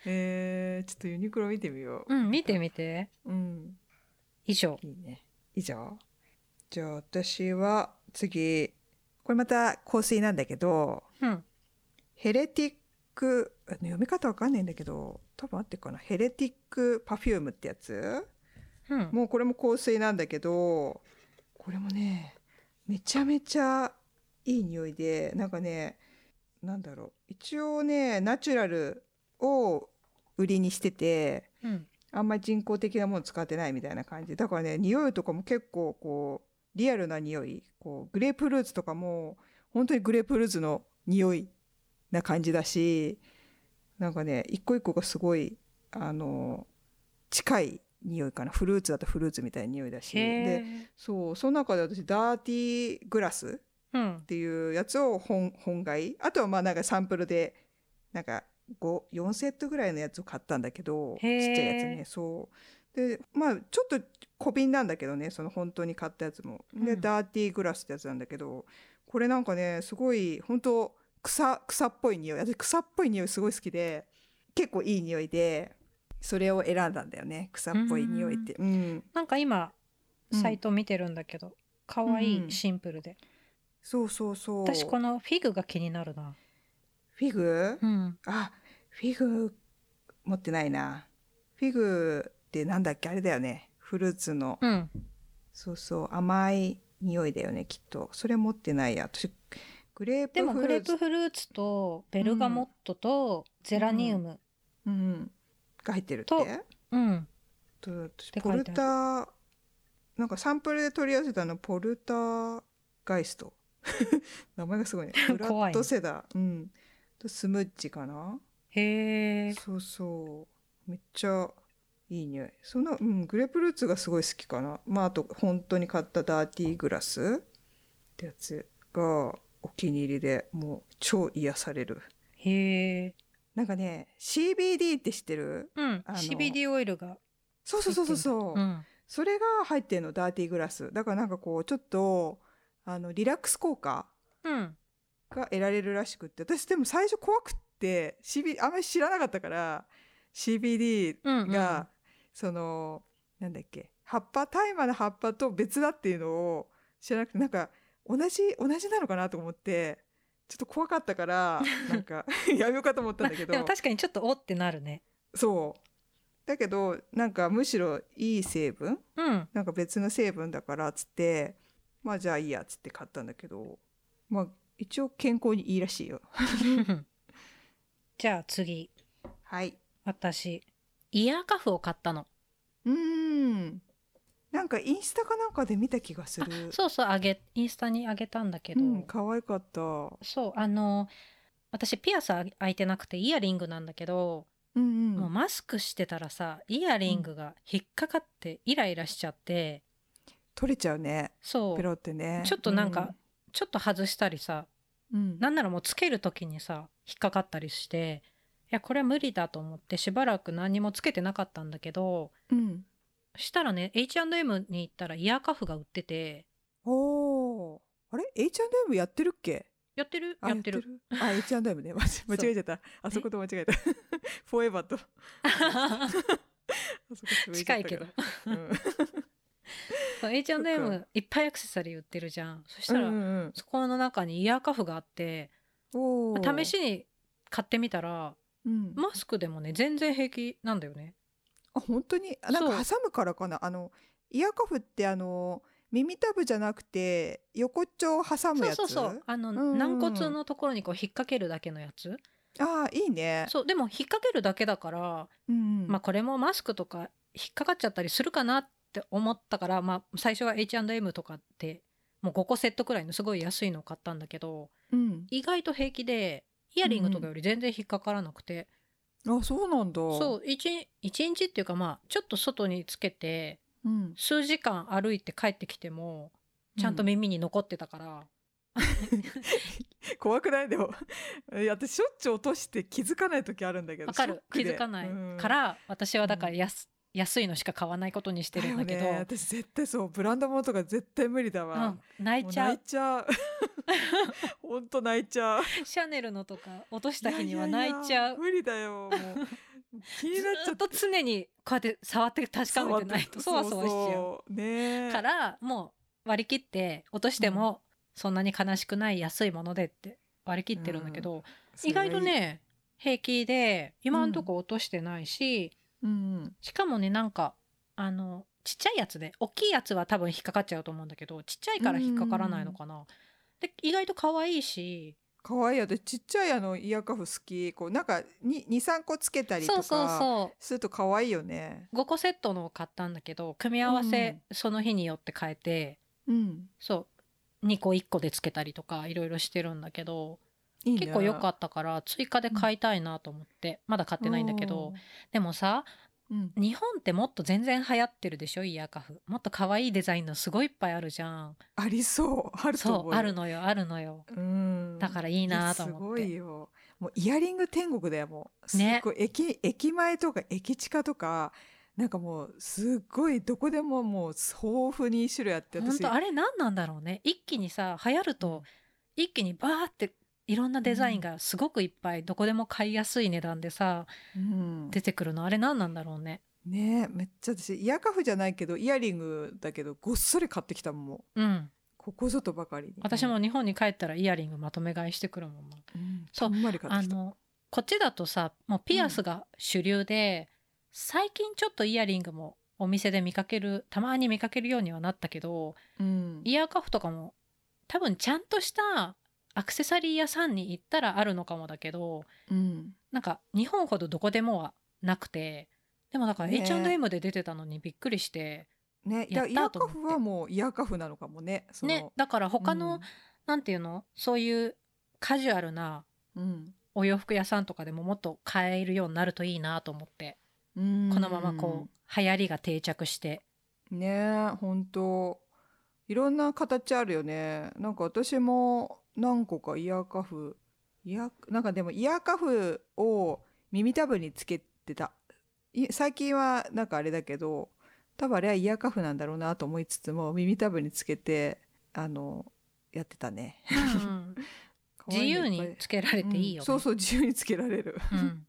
[SPEAKER 1] えー、ちょっとユニクロ見てみよ
[SPEAKER 2] うん見てみて
[SPEAKER 1] ううん
[SPEAKER 2] 以上
[SPEAKER 1] いいね以上じゃあ私は次これまた香水なんだけど
[SPEAKER 2] うん
[SPEAKER 1] ヘレティックあの読み方わかんないんだけど多分合ってるかなヘレティックパフュームってやつ
[SPEAKER 2] うん
[SPEAKER 1] もうこれも香水なんだけどこれもねめちゃめちゃいい匂いでなんかねなんだろう一応ねナチュラルを売りにしてて
[SPEAKER 2] うん
[SPEAKER 1] あんまり人工的なもの使ってないみたいな感じだからね匂いとかも結構こうリアルな匂いこうグレープフルーツとかも本当にグレープフルーツの匂いな感じだしなんかね一個一個がすごいあの近い匂いかなフルーツだとフルーツみたいな匂いだし
[SPEAKER 2] へえ
[SPEAKER 1] でそうその中で私ダーティーグラス
[SPEAKER 2] うん
[SPEAKER 1] っていうやつを本本買いあとはまあなんかサンプルでなんか5 4セットぐらいのやつを買ったんだけどち
[SPEAKER 2] へ
[SPEAKER 1] っ
[SPEAKER 2] ー
[SPEAKER 1] ちゃいやつねそうでまあちょっと小瓶なんだけどねその本当に買ったやつもで、
[SPEAKER 2] うん
[SPEAKER 1] ダーティーグラスってやつなんだけどこれなんかねすごい本当草草っぽい匂い私草っぽい匂いすごい好きで結構いい匂いでそれを選んだんだよね草っぽい匂いってうん
[SPEAKER 2] なんか今
[SPEAKER 1] うん
[SPEAKER 2] サイト見てるんだけど、可愛
[SPEAKER 1] うん
[SPEAKER 2] いシンプルで、
[SPEAKER 1] そうそうそう
[SPEAKER 2] 私このフィグが気になるな
[SPEAKER 1] フィグ
[SPEAKER 2] うん
[SPEAKER 1] あフィグ持ってないなフィグってなんだっけあれだよねフルーツの、
[SPEAKER 2] うん
[SPEAKER 1] そうそう甘い匂いだよねきっとそれ持ってないや私グレープ
[SPEAKER 2] で
[SPEAKER 1] フルー
[SPEAKER 2] も
[SPEAKER 1] ツ
[SPEAKER 2] グレープフルーツとベルガモットとゼラニウム
[SPEAKER 1] うん、が入ってるって
[SPEAKER 2] とうん、
[SPEAKER 1] と私
[SPEAKER 2] て書いて
[SPEAKER 1] ポ
[SPEAKER 2] ある
[SPEAKER 1] ルターなんかサンプルで取り寄せたのポルターガイスト 名前がすごいねブラ
[SPEAKER 2] 怖
[SPEAKER 1] ッ
[SPEAKER 2] い
[SPEAKER 1] ドセダー、うんとスムッジかな
[SPEAKER 2] へえ
[SPEAKER 1] そうそうめっちゃいい匂いそのうんグレープフルーツがすごい好きかなまああと本当に買ったダーティーグラスってやつがお気に入りでもう超癒される
[SPEAKER 2] へえ
[SPEAKER 1] なんかね CBD って知ってる
[SPEAKER 2] うん
[SPEAKER 1] あの
[SPEAKER 2] CBD オイルが
[SPEAKER 1] そうそうそうそうそう、
[SPEAKER 2] うん
[SPEAKER 1] それが入ってんのダーティーグラスだからなんかこうちょっとあのリラックス効果
[SPEAKER 2] うん
[SPEAKER 1] が得られるらしくって私でも最初怖くって CB あんまり知らなかったから CBD
[SPEAKER 2] うんうん
[SPEAKER 1] が、そのなんだっけ葉っぱ大麻の葉っぱと別だっていうのを知らなくてなんか同じ同じなのかなと思ってちょっと怖かったから なんか やめようかと思ったんだけど
[SPEAKER 2] でも確かにちょっとおってなるね
[SPEAKER 1] そうだけどなんかむしろいい成分
[SPEAKER 2] うん
[SPEAKER 1] なんか別の成分だからっつってまあじゃあいいやっつって買ったんだけどまあ一応健康にいいらしいよ
[SPEAKER 2] じゃあ次
[SPEAKER 1] はい
[SPEAKER 2] 私イヤーカフを買ったの
[SPEAKER 1] うーんなんかインスタかなんかで見た気がす
[SPEAKER 2] あ
[SPEAKER 1] る
[SPEAKER 2] そうそうあげインスタにあげたんだけど、
[SPEAKER 1] うん可愛かったうん
[SPEAKER 2] そうあの私ピアスあ開いてなくてイヤリングなんだけど、
[SPEAKER 1] うん
[SPEAKER 2] もうマスクしてたらさイヤリングが引っかかってイライラしちゃって、
[SPEAKER 1] 取れちゃうね
[SPEAKER 2] そ
[SPEAKER 1] ペ
[SPEAKER 2] う
[SPEAKER 1] ロってね
[SPEAKER 2] ちょっとなんか、ちょっと外したりさ
[SPEAKER 1] うん
[SPEAKER 2] なんならもうつける時にさ引っかかったりしていやこれは無理だと思ってしばらく何もつけてなかったんだけど
[SPEAKER 1] うん
[SPEAKER 2] したらね H&M に行ったらイヤーカフが売ってて
[SPEAKER 1] おーあれ H&M やってるっけ
[SPEAKER 2] やってる
[SPEAKER 1] あ
[SPEAKER 2] やってる
[SPEAKER 1] あ H&M ね間間違えちゃったあそこと間違えた フォーエバーとあそこ潰れちゃ
[SPEAKER 2] 近
[SPEAKER 1] っ
[SPEAKER 2] い
[SPEAKER 1] た
[SPEAKER 2] け
[SPEAKER 1] か
[SPEAKER 2] ど
[SPEAKER 1] らうん
[SPEAKER 2] そう H&M いっぱいアクセサリー売ってるじゃんそしたら、
[SPEAKER 1] うんうんうん
[SPEAKER 2] そこの中にイヤーカフがあって
[SPEAKER 1] おー
[SPEAKER 2] 試、しに買ってみたら
[SPEAKER 1] うん
[SPEAKER 2] マスクでもね全然平気なんだよね
[SPEAKER 1] あ本当にあなんか挟むからかなあのイヤーカフってあの耳たぶじゃなくて横っちょを挟む
[SPEAKER 2] そう
[SPEAKER 1] やつ
[SPEAKER 2] そうそうあの、
[SPEAKER 1] んうんうん
[SPEAKER 2] 軟骨のところにこう引っ掛けるだけのやつ
[SPEAKER 1] あーいいね
[SPEAKER 2] そうでも引っ掛けるだけだから、
[SPEAKER 1] うんうん
[SPEAKER 2] まあこれもマスクとか引っかかっちゃったりするかなって思ったから、まあ、最初は H&M とかってもう5個セットくらいのすごい安いのを買ったんだけど
[SPEAKER 1] うん
[SPEAKER 2] 意外と平気でイヤリングとかより全然引っかからなくて、
[SPEAKER 1] あそうなんだ
[SPEAKER 2] そう一一日っていうかまあちょっと外につけて
[SPEAKER 1] う、ん、
[SPEAKER 2] 数時間歩いて帰ってきてもちゃんと耳に残ってたから、
[SPEAKER 1] 怖くないでも いや私しょっちゅう落として気づかない時あるんだけど
[SPEAKER 2] わか
[SPEAKER 1] ショ
[SPEAKER 2] る
[SPEAKER 1] ック
[SPEAKER 2] 気
[SPEAKER 1] で
[SPEAKER 2] づかない
[SPEAKER 1] うん
[SPEAKER 2] から、私はだか
[SPEAKER 1] う
[SPEAKER 2] ら
[SPEAKER 1] ん
[SPEAKER 2] 安,、安いのしか買わないことにしてるんだけ
[SPEAKER 1] だ
[SPEAKER 2] ど
[SPEAKER 1] よね、私絶対そうブランド物とか絶対無理だ
[SPEAKER 2] う
[SPEAKER 1] わ
[SPEAKER 2] ん、、泣い
[SPEAKER 1] もう
[SPEAKER 2] ちゃ
[SPEAKER 1] 泣いうちゃう ほんと泣いちゃう
[SPEAKER 2] シャネルのとか落とした日にはい
[SPEAKER 1] や
[SPEAKER 2] 泣
[SPEAKER 1] や
[SPEAKER 2] い
[SPEAKER 1] や
[SPEAKER 2] ちゃう
[SPEAKER 1] 無理だよもう気になっちゃ
[SPEAKER 2] ず
[SPEAKER 1] って
[SPEAKER 2] っと常にこうやって触って確かめてないとそわそわしちゃう
[SPEAKER 1] うねえ
[SPEAKER 2] からもう割り切って落としてもそんなに悲しくない安いものでって割り切ってるんだけど、意外と、ね平気で今んとこ落としてないし、
[SPEAKER 1] それはいいうん
[SPEAKER 2] しかもねなんかあのちっちゃいやつで大きいやつは多分引っかかっちゃうと思うんだけどちっちゃいから引っかからないのかな。で意外と可愛いし
[SPEAKER 1] 可愛い私ちっちゃいあのイヤーカフ好きこうなんかに二三個つけたりと
[SPEAKER 2] そ
[SPEAKER 1] か
[SPEAKER 2] うそうそ
[SPEAKER 1] すると可愛いよね
[SPEAKER 2] う5個セットのを買ったんだけど組み合わ
[SPEAKER 1] うん
[SPEAKER 2] せその日によって変えて、
[SPEAKER 1] うん
[SPEAKER 2] そう2個1個でつけたりとかいろいろしてるんだけど
[SPEAKER 1] いいね
[SPEAKER 2] 結構良か
[SPEAKER 1] っ
[SPEAKER 2] ったから追加で買いたいなと思って、まだ買ってないんだけど、でもさ
[SPEAKER 1] うん
[SPEAKER 2] 日本ってもっと全然流行ってるでしょイヤーカフもっと可愛いデザインのすごいいっぱいあるじゃん
[SPEAKER 1] ありそうあると
[SPEAKER 2] そ
[SPEAKER 1] 思う
[SPEAKER 2] うあるのよあるのよ
[SPEAKER 1] うん
[SPEAKER 2] だからいいなと
[SPEAKER 1] す
[SPEAKER 2] 思っ
[SPEAKER 1] ご
[SPEAKER 2] て、
[SPEAKER 1] いよもうイヤリング天国だよもうすっ
[SPEAKER 2] ね
[SPEAKER 1] ごい、駅駅前とか駅近とかなんかもうすっごいどこでももう豊富に種類あって
[SPEAKER 2] 本
[SPEAKER 1] 私
[SPEAKER 2] 当あれ何なんだろうね一気にさ流行ると一気にバーっていろんなデザインがすごくいっぱい、どこでも買いやすい値段でさ
[SPEAKER 1] うん
[SPEAKER 2] 出てくるのあれ何なんだろうね
[SPEAKER 1] ねめっちゃ私イヤカフじゃないけどイヤリングだけどごっそり買ってきたもんもう
[SPEAKER 2] うん
[SPEAKER 1] ここぞとばかりに
[SPEAKER 2] 私も日本に帰ったらイヤリングまとめ買いしてくるもんな
[SPEAKER 1] うん
[SPEAKER 2] そう
[SPEAKER 1] たんまり買っ
[SPEAKER 2] あ
[SPEAKER 1] てきた
[SPEAKER 2] のこっちだとさもうピアスが主流で、最近ちょっとイヤリングもお店で見かけるたまに見かけるようにはなったけど
[SPEAKER 1] うん
[SPEAKER 2] イヤーカフとかも多分ちゃんとしたアクセサリー屋さんに行ったらあるのかもだけど
[SPEAKER 1] うん
[SPEAKER 2] なんか日本ほどどこでもはなくてでもだから
[SPEAKER 1] ね
[SPEAKER 2] H&M で出てたのにびっくりして、
[SPEAKER 1] ねだからイ
[SPEAKER 2] や
[SPEAKER 1] ヤ
[SPEAKER 2] ったと
[SPEAKER 1] カ
[SPEAKER 2] 思って
[SPEAKER 1] フはもうイヤカフなのかもねその
[SPEAKER 2] ね、だから他の、
[SPEAKER 1] うん
[SPEAKER 2] なんていうのそういうカジュアルな
[SPEAKER 1] うん
[SPEAKER 2] お洋服屋さんとかでももっと買えるようになるといいなと思って
[SPEAKER 1] こ
[SPEAKER 2] このままこう流行りが定 着して
[SPEAKER 1] ねえ本当いろんな形あるよねなんか私も何個かイヤーカフイヤーなんかでもイヤーカフを耳たぶにつけてたい最近はなんかあれだけど多分あれはイヤーカフなんだろうなと思いつつも耳たぶにつけてあのやってたね可
[SPEAKER 2] 自
[SPEAKER 1] 愛い
[SPEAKER 2] 由
[SPEAKER 1] のいっぱい
[SPEAKER 2] につけられていいよ
[SPEAKER 1] う
[SPEAKER 2] ね
[SPEAKER 1] んそうそう自由につけられる
[SPEAKER 2] うん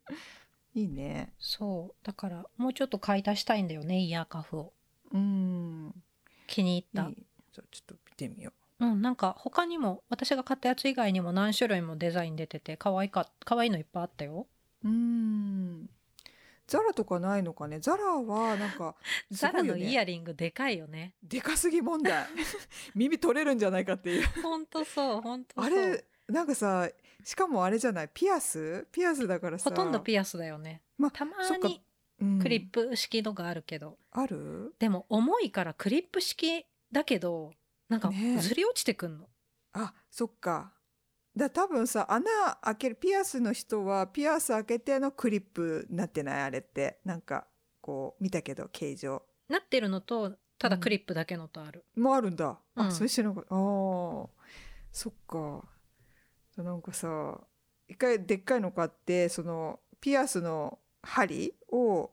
[SPEAKER 1] いいね
[SPEAKER 2] そうだからもうちょっと買い足したいんだよねイヤーカフを
[SPEAKER 1] うん
[SPEAKER 2] 気に
[SPEAKER 1] いい
[SPEAKER 2] 入っ
[SPEAKER 1] じゃあちょっと見てみよ
[SPEAKER 2] たうんなんか他にも私が買ったやつ以外にも何種類もデザイン出てて可愛いか可愛いのいっぱいあったよ
[SPEAKER 1] ううんザラとかないのかねザラはなん か
[SPEAKER 2] ザラ
[SPEAKER 1] すご
[SPEAKER 2] の
[SPEAKER 1] いよね
[SPEAKER 2] イヤリングでかいよね
[SPEAKER 1] でかすぎ問題 耳取れるんじゃないかっていう
[SPEAKER 2] ほんとそうほんとそう
[SPEAKER 1] あれなんかさしかもあれじゃないピアスピアスだからさ
[SPEAKER 2] ほとんどピアスだよね、
[SPEAKER 1] まあ
[SPEAKER 2] たま
[SPEAKER 1] そっか
[SPEAKER 2] に
[SPEAKER 1] うん
[SPEAKER 2] クリップ式のがあるけど、
[SPEAKER 1] ある
[SPEAKER 2] でも重いからクリップ式だけどなんか
[SPEAKER 1] ねえ
[SPEAKER 2] ずり落ちてくんの、
[SPEAKER 1] あそっかだ多分さ穴開けるピアスの人はピアス開けてのクリップになってないあれってなんかこう見たけど形状
[SPEAKER 2] なってるのとただ
[SPEAKER 1] うん
[SPEAKER 2] クリップだけのとある、
[SPEAKER 1] もあるんだ。あ、
[SPEAKER 2] うん
[SPEAKER 1] それ知らなかった。ああ、そっか。なんかさ、一回でっかいの買って、そのピアスの針を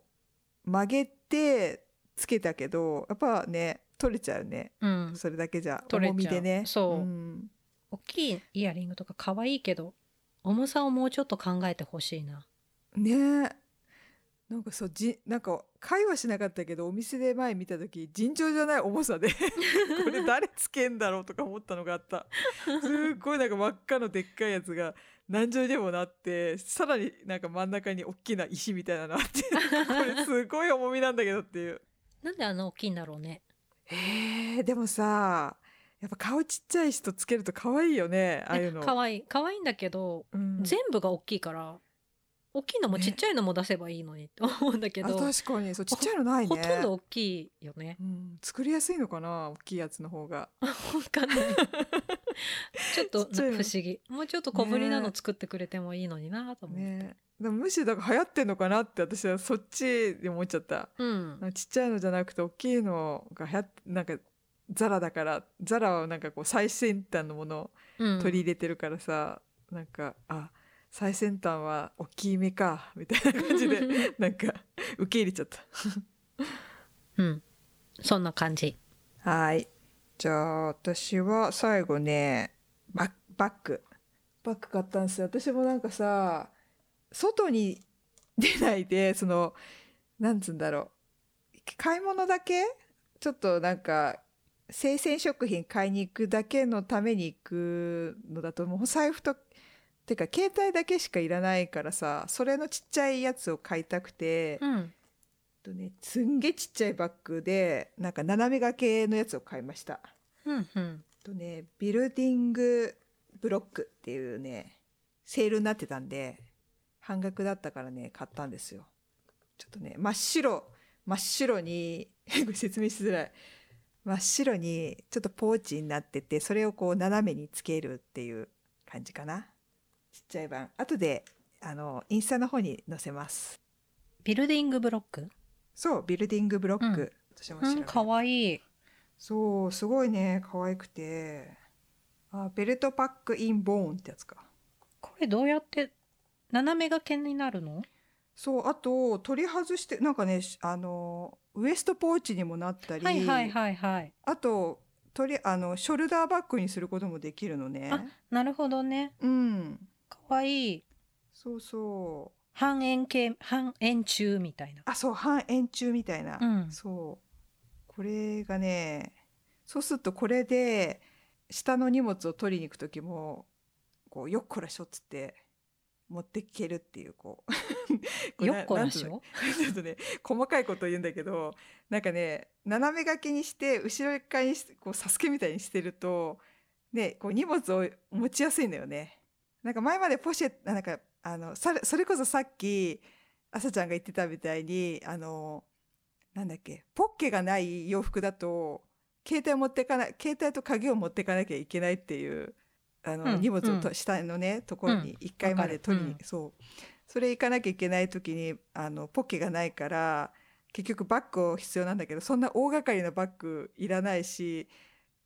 [SPEAKER 1] 曲げてつけたけど、やっぱね、取れちゃうね。
[SPEAKER 2] うん
[SPEAKER 1] それだけじゃ
[SPEAKER 2] 取れちゃ
[SPEAKER 1] 重
[SPEAKER 2] う
[SPEAKER 1] みでね。
[SPEAKER 2] そうん大きいイヤリングとか可愛いけど重さをもうちょっと考えてほしいな
[SPEAKER 1] ねえ。なんかそうじなんか会話しなかったけどお店で前見た時尋常じゃない重 さでこれ誰つけんだろうとか思ったのがあったすっごいなんか真っ赤のでっかいやつが何重にもなってさらになんか真ん中に大きな石みたいなのあっ てこれすごい重みなんだけどっていう
[SPEAKER 2] なんであの大きいんだろうね
[SPEAKER 1] へえでもさやっぱ顔ちっちゃい人つけると可愛いよねああいうの
[SPEAKER 2] ね可愛い可愛いんだけど、
[SPEAKER 1] うん
[SPEAKER 2] 全部が大きいから大きいのもちっちゃいのも出せばいいのにと思うんだけ
[SPEAKER 1] あ
[SPEAKER 2] ど、
[SPEAKER 1] 確かにそうちっちゃいのないね
[SPEAKER 2] ほとんど大きいよね
[SPEAKER 1] うん、作りやすいのかな大きいやつの方が
[SPEAKER 2] わかんない ちょっと
[SPEAKER 1] ちっちゃい
[SPEAKER 2] 不
[SPEAKER 1] の
[SPEAKER 2] 思議もうちょっと小ぶりな
[SPEAKER 1] ね
[SPEAKER 2] の作ってくれてもいいのになと思って、
[SPEAKER 1] ねでもむしろだから流行ってんのかなって私はそっちで思っちゃった
[SPEAKER 2] うん
[SPEAKER 1] なんかちっちゃいのじゃなくて大きいのが流行っなんかザラだからザラはなんかこう最先端のもの
[SPEAKER 2] うん
[SPEAKER 1] を取り入れてるからさ、なんかあ最先端は大きい目かみたいな感じで なんか受け入れちゃった
[SPEAKER 2] うん。そんな感じ。
[SPEAKER 1] はい。じゃあ、私は最後ね、バッ、バッグ。バッグ買ったんですよ。私もなんかさ、外に出ないで、その、なんつうんだろう。買い物だけちょっとなんか、生鮮食品買いに行くだけのために行くのだと、もう財布と、てか携帯だけしかいらないからさ、それのちっちゃいやつを買いたくて、
[SPEAKER 2] うん。
[SPEAKER 1] えっとね、すんげえちっちゃいバッグでなんか斜め掛けのやつを買いました。
[SPEAKER 2] うんうん。
[SPEAKER 1] えっとね、ビルディングブロックっていうねセールになってたんで半額だったからね買ったんですよ。ちょっとね真っ白真っ白に これ説明しづらい真っ白にちょっとポーチになっててそれをこう斜めにつけるっていう感じかなちっちゃい版後であのインスタの方に載せます
[SPEAKER 2] ビルディングブロック
[SPEAKER 1] そうビルディングブロック、私も
[SPEAKER 2] う
[SPEAKER 1] 調べ
[SPEAKER 2] ん、
[SPEAKER 1] た
[SPEAKER 2] かわいい。
[SPEAKER 1] そうすごいね可愛くてあベルトパックインボーンってやつか
[SPEAKER 2] これどうやって斜めがけになるの
[SPEAKER 1] そうあと取り外してなんかねしあのウエストポーチにもなったり、
[SPEAKER 2] はいはいはいはい。
[SPEAKER 1] あと取りあのショルダーバッグにすることもできるのね
[SPEAKER 2] あなるほどね。
[SPEAKER 1] うん
[SPEAKER 2] かわいい。
[SPEAKER 1] そうそう
[SPEAKER 2] 半円形、半円柱みたいな。
[SPEAKER 1] あそう半円柱みたいな、
[SPEAKER 2] うん
[SPEAKER 1] そうこれがねそうするとこれで下の荷物を取りに行く時もこうよっこらしょっつって持ってけるっていう こうこう
[SPEAKER 2] よ
[SPEAKER 1] な
[SPEAKER 2] っこら
[SPEAKER 1] なんつう
[SPEAKER 2] し
[SPEAKER 1] の
[SPEAKER 2] ょ
[SPEAKER 1] ちょっとね細かいこと言うんだけどなんかね斜め掛けにして後ろ側にしてこうサスケみたいにしてるとでこう荷物を持ちやすいんだよね。なんか前までポシェあなんかあのさそれこそさっきあさちゃんが言ってたみたいにあのなんだっけポッケがない洋服だと携帯持ってかな携帯と鍵を持ってかなきゃいけないっていうあの、
[SPEAKER 2] うん
[SPEAKER 1] 荷物をと、
[SPEAKER 2] うん
[SPEAKER 1] 下のねところ
[SPEAKER 2] うん
[SPEAKER 1] に1階まで取りに、
[SPEAKER 2] わか
[SPEAKER 1] そうそれ行かなきゃいけない時にあのポッケがないから結局バッグを必要なんだけどそんな大掛かりなバッグいらないし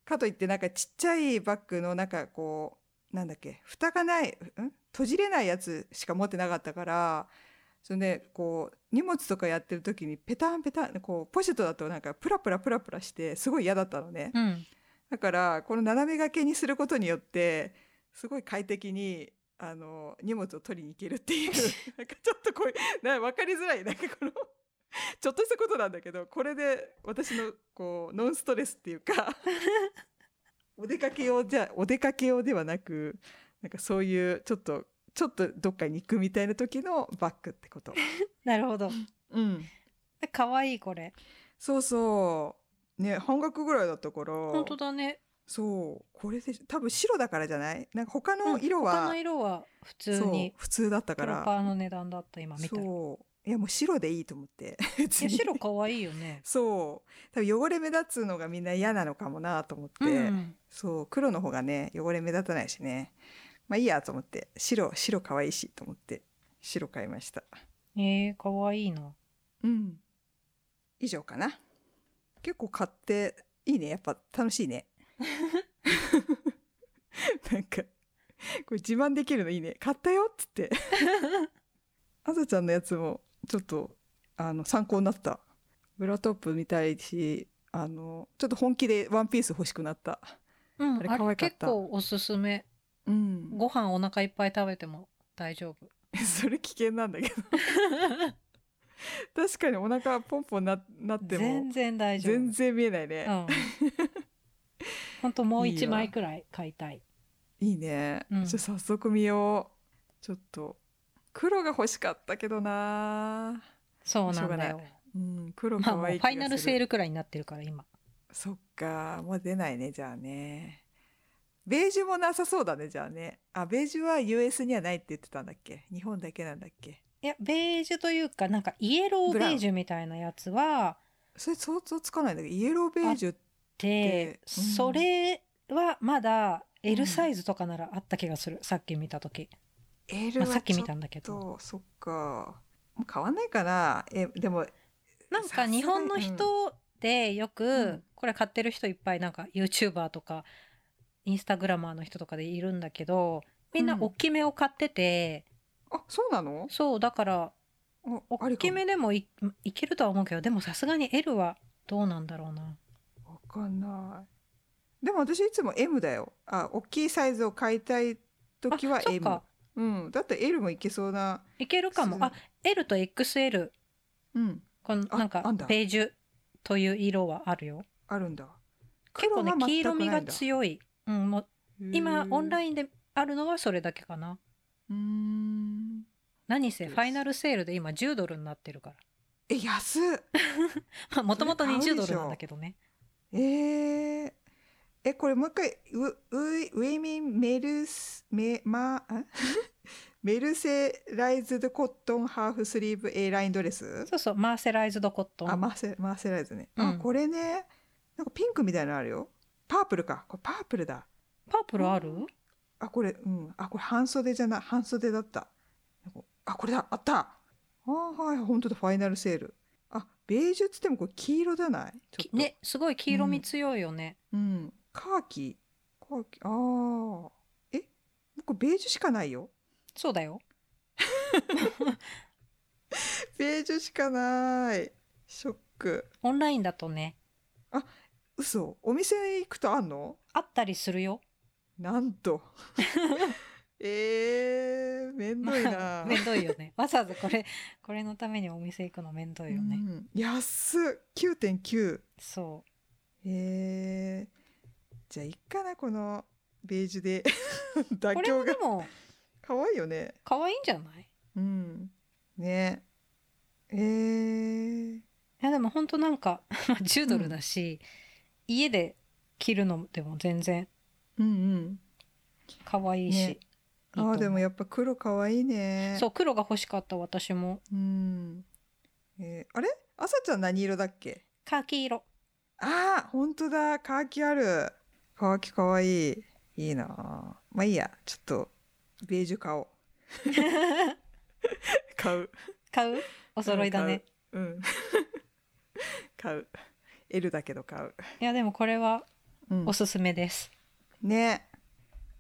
[SPEAKER 1] かといってなんかちっちゃいバッグのなんかこうなんだっけ蓋がないん閉じれないやつしか持ってなかったからそれでこう荷物とかやってる時にペタンペタンこうポシェットだとなんかプラプラプラプラしてすごい嫌だったのね。
[SPEAKER 2] うん。
[SPEAKER 1] だからこの斜め掛けにすることによってすごい快適にあの荷物を取りに行けるっていうなんかちょっとこうな分かりづらいなんかこのちょっとしたことなんだけどこれで私のこうノンストレスっていうかお出かけ用じゃお出かけ用ではなくなんかそういうちょっとちょっとどっかに行くみたいな時のバッグってこと。
[SPEAKER 2] なるほど。
[SPEAKER 1] うん、
[SPEAKER 2] かわいいこれ。
[SPEAKER 1] そうそうね半額ぐらいだったから
[SPEAKER 2] 本当だね。
[SPEAKER 1] そうこれで多分白だからじゃないなんか他の色
[SPEAKER 2] 他
[SPEAKER 1] は、
[SPEAKER 2] の色は普通
[SPEAKER 1] そう
[SPEAKER 2] に
[SPEAKER 1] 普通だった
[SPEAKER 2] プ
[SPEAKER 1] か
[SPEAKER 2] ロ
[SPEAKER 1] ら
[SPEAKER 2] パーの値段だった今見たら。い
[SPEAKER 1] そういやもう白でいいと思って 別
[SPEAKER 2] や
[SPEAKER 1] に
[SPEAKER 2] 白かわいいよ ね。
[SPEAKER 1] そう多分汚れ目立つのがみんな嫌なのかもなと思って、
[SPEAKER 2] うん。
[SPEAKER 1] そう黒の方がね汚れ目立たないしねまあいいやと思って白白可愛いしと思って白買いました
[SPEAKER 2] えー、かわいいな。
[SPEAKER 1] うん以上かな結構買っていいねやっぱ楽しい ねなんかこれ自慢できるのいいね買ったよっつって あさちゃんのやつもちょっとあの参考になったブラトップ見たいしあのちょっと本気でワンピース欲しくなった
[SPEAKER 2] うん、
[SPEAKER 1] あれ
[SPEAKER 2] あ
[SPEAKER 1] 可
[SPEAKER 2] れ
[SPEAKER 1] 愛かっ
[SPEAKER 2] 結
[SPEAKER 1] た
[SPEAKER 2] 構おすすめ。
[SPEAKER 1] うん
[SPEAKER 2] ご飯お腹いっぱい食べても大丈夫。
[SPEAKER 1] それ危険なん だけど確かにお腹ポンポンななって
[SPEAKER 2] 全
[SPEAKER 1] も
[SPEAKER 2] 然大丈夫。
[SPEAKER 1] 全然見えないね、
[SPEAKER 2] うん。本当もう
[SPEAKER 1] いいわ
[SPEAKER 2] 一枚くらい買いたい。
[SPEAKER 1] いいね。
[SPEAKER 2] うん
[SPEAKER 1] じゃあ早速見よう。ちょっと黒が欲しかったけどな。
[SPEAKER 2] そうなんだ
[SPEAKER 1] しょう
[SPEAKER 2] よ
[SPEAKER 1] が。うん、黒
[SPEAKER 2] まあ
[SPEAKER 1] 可
[SPEAKER 2] もうフ
[SPEAKER 1] 愛い気がする。
[SPEAKER 2] ァイナルセールくらいになってるから今。
[SPEAKER 1] そっか、もう出ないねじゃあね。ベージュもなさそうだねじゃあね。あ、ベージュは US にはないって言ってたんだっけ？日本だけなんだっけ？
[SPEAKER 2] いやベージュというかなんかイエローベージュみたいなやつは
[SPEAKER 1] それ想像つかないんだけど、イエローベージュ
[SPEAKER 2] で、
[SPEAKER 1] うん
[SPEAKER 2] それはまだ L サイズとかならあった気がする、さっき見た時、
[SPEAKER 1] L
[SPEAKER 2] ま
[SPEAKER 1] は
[SPEAKER 2] あ、さっき
[SPEAKER 1] ちょ
[SPEAKER 2] 見
[SPEAKER 1] った
[SPEAKER 2] んだけど
[SPEAKER 1] とそっか。もう変わんないかな。え、でも
[SPEAKER 2] なんか日本の人でよく、
[SPEAKER 1] うん
[SPEAKER 2] これ買ってる人いっぱいなんか YouTuber とかインスタグラマーの人とかでいるんだけどみんな
[SPEAKER 1] うん
[SPEAKER 2] 大きめを買ってて、
[SPEAKER 1] あ、そうなの？
[SPEAKER 2] そうだから
[SPEAKER 1] おあ
[SPEAKER 2] 大
[SPEAKER 1] りか
[SPEAKER 2] き
[SPEAKER 1] も
[SPEAKER 2] めでもいいけるとは思うけどでもさすがに L はどうなんだろうな。
[SPEAKER 1] わかんない。でも私いつも M だよ。あ、大きいサイズを買いたい時は
[SPEAKER 2] あそっ
[SPEAKER 1] M
[SPEAKER 2] か。
[SPEAKER 1] うん。だって L もいけそうな。
[SPEAKER 2] いけるかも
[SPEAKER 1] す
[SPEAKER 2] あ L と XL
[SPEAKER 1] うん。
[SPEAKER 2] この
[SPEAKER 1] あ
[SPEAKER 2] なんか
[SPEAKER 1] あんだ
[SPEAKER 2] ベージュという色はあるよ
[SPEAKER 1] あるんだ。
[SPEAKER 2] 結構ね
[SPEAKER 1] 黒は
[SPEAKER 2] 黄
[SPEAKER 1] 全
[SPEAKER 2] 色
[SPEAKER 1] く
[SPEAKER 2] み
[SPEAKER 1] な
[SPEAKER 2] が
[SPEAKER 1] いんだ
[SPEAKER 2] 強い、うん、もう今オンラ
[SPEAKER 1] イン。
[SPEAKER 2] インであるのはそれだけかな
[SPEAKER 1] うーん。
[SPEAKER 2] 何せ
[SPEAKER 1] そうです
[SPEAKER 2] ファイナルセールで今10ドルになって るか
[SPEAKER 1] え、安っ。
[SPEAKER 2] らもともと
[SPEAKER 1] それ買うで
[SPEAKER 2] 20ド
[SPEAKER 1] しょ
[SPEAKER 2] ルなんだけどね
[SPEAKER 1] えー。え、これもう一回、ウ、ウイ、ウィミンメルス、メ、マ、ん メルセライズドコットンハーフスリーブ A ラインドレス
[SPEAKER 2] そうそうマーセライズドコットン
[SPEAKER 1] あ、マーセ、マーセライズね。あ、
[SPEAKER 2] うん
[SPEAKER 1] これね。なんかピンクみたいなのあるよ。パープルか。これパープルだ。
[SPEAKER 2] パープルある、
[SPEAKER 1] あこれうんあこれ半袖じゃない半袖だったあこれだあったあーはい本当だファイナルセールあベージュっつってもこれ黄色じゃないちょっ
[SPEAKER 2] き
[SPEAKER 1] と、
[SPEAKER 2] ねすごい黄色み強いよね、
[SPEAKER 1] うん、カーキカーキあーえ僕ベージュしかないよ
[SPEAKER 2] そうだよ
[SPEAKER 1] ベージュしかないショック
[SPEAKER 2] オンラインだとね
[SPEAKER 1] 嘘お店に行くとあんの
[SPEAKER 2] あったりするよ
[SPEAKER 1] なんと えー、めんどいな、
[SPEAKER 2] めんどいよね わざわざこれこれのためにお店行くのめんどいよね、
[SPEAKER 1] うん、安っ9.9
[SPEAKER 2] そ
[SPEAKER 1] えー、じゃあいっかなこのベージュで
[SPEAKER 2] うこ
[SPEAKER 1] 妥
[SPEAKER 2] れ
[SPEAKER 1] 協
[SPEAKER 2] も
[SPEAKER 1] が
[SPEAKER 2] でも
[SPEAKER 1] 可愛いよね
[SPEAKER 2] 可愛いんじゃないい
[SPEAKER 1] うんねえー、
[SPEAKER 2] やでもほんとなんか まあ10ドルだし、家で着るのでも全然
[SPEAKER 1] うんうん
[SPEAKER 2] 可愛いし、
[SPEAKER 1] ね
[SPEAKER 2] いいと
[SPEAKER 1] あ
[SPEAKER 2] 思う
[SPEAKER 1] ーでもやっぱ黒可愛いね
[SPEAKER 2] そう黒が欲しかった私も
[SPEAKER 1] うんえーあれ朝ちゃん何色だっけ
[SPEAKER 2] カーキ色
[SPEAKER 1] あー本当だカーキあるカーキ可愛いいいなあまあいいやちょっとベージュ買おう 買う
[SPEAKER 2] 買うお揃いだね、
[SPEAKER 1] うん買う L だけど買う、
[SPEAKER 2] いやでもこれはおすすめです、
[SPEAKER 1] ね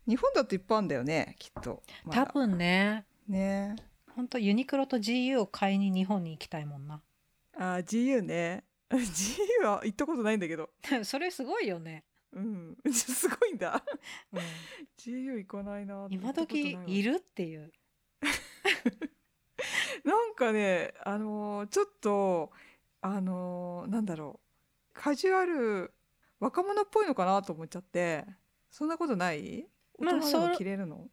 [SPEAKER 1] 日本だといっぱいあんだよねきっとまだ
[SPEAKER 2] 多分ね
[SPEAKER 1] ね
[SPEAKER 2] ほんとユニクロと GU を買いに日本に行きたいもんな
[SPEAKER 1] あ ー GU ね GU は行ったことないんだけど
[SPEAKER 2] それすごいよね、
[SPEAKER 1] うん すごいんだ
[SPEAKER 2] うん
[SPEAKER 1] GU 行かないな
[SPEAKER 2] 今時い
[SPEAKER 1] る
[SPEAKER 2] るっていう
[SPEAKER 1] なんかねあのーちょっとあのーなんだろうカジュアル若者っぽいのかなと思っちゃってそんなことない
[SPEAKER 2] まあ
[SPEAKER 1] 大人でも
[SPEAKER 2] そう
[SPEAKER 1] 着れるの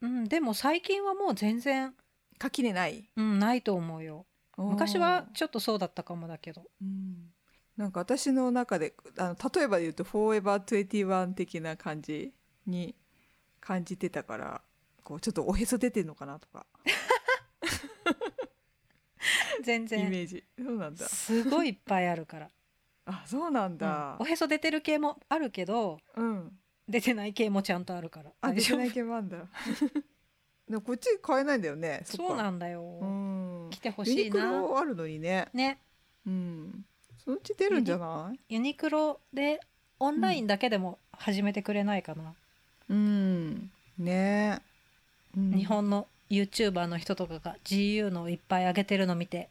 [SPEAKER 2] うん、でも最近はもう全然、
[SPEAKER 1] かきれない
[SPEAKER 2] うん、ないと思うよ昔はちょっとそうだったかもだけど
[SPEAKER 1] うんなんか私の中であの例えばで言うと「フォーエバー21」的な感じに感じてたからこうちょっとおへそ出てんのかなとか
[SPEAKER 2] 全
[SPEAKER 1] イ
[SPEAKER 2] 然
[SPEAKER 1] メージそうなんだ
[SPEAKER 2] すごいいっぱいあるから、
[SPEAKER 1] あそうなん だ
[SPEAKER 2] うんおへそ出てる系もあるけど
[SPEAKER 1] うん
[SPEAKER 2] 出てない系もちゃんとあるから
[SPEAKER 1] あ
[SPEAKER 2] 大
[SPEAKER 1] 出
[SPEAKER 2] 丈
[SPEAKER 1] て
[SPEAKER 2] 夫
[SPEAKER 1] ない系もあ んだでもこっち買えないんだよね
[SPEAKER 2] そうなんだよ、
[SPEAKER 1] うん
[SPEAKER 2] 来てほ
[SPEAKER 1] ユ
[SPEAKER 2] し
[SPEAKER 1] ニ
[SPEAKER 2] い
[SPEAKER 1] ク
[SPEAKER 2] な
[SPEAKER 1] ロあるのにね
[SPEAKER 2] ね
[SPEAKER 1] うんそのうち出るんじゃない
[SPEAKER 2] ユニクロでオンラインだけでも始めてくれないかな、
[SPEAKER 1] うんねうん
[SPEAKER 2] 日本の YouTuber の人とかが GU のいっぱい上げてるの見て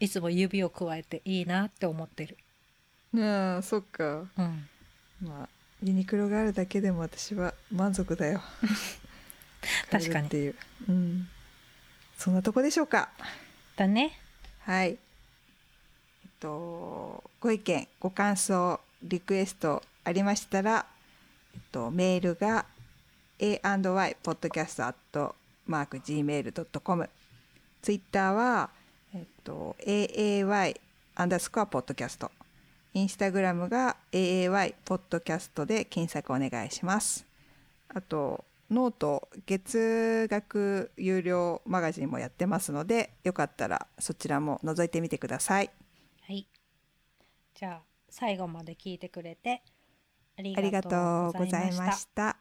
[SPEAKER 2] いつも指をくわえていいなって思ってる、
[SPEAKER 1] ねえそっか
[SPEAKER 2] うん、
[SPEAKER 1] まあユニクロがあるだけでも私は満足だよ
[SPEAKER 2] 確か
[SPEAKER 1] 買えるっ
[SPEAKER 2] に
[SPEAKER 1] ていう、うん、そんなとこでしょうか
[SPEAKER 2] だね
[SPEAKER 1] はいえっとご意見ご感想リクエストありましたら、えっと、メールが a&ypodcast.gmail.com ツイッターは、えっと、aay アンダースコアポッドキャストインスタグラムが aay ポッドキャストで検索お願いしますあとノート月額有料マガジンもやってますのでよかったらそちらも覗いてみてください
[SPEAKER 2] はい。じゃあ最後まで聞いてくれてあり
[SPEAKER 1] ありがとうございま
[SPEAKER 2] した
[SPEAKER 1] した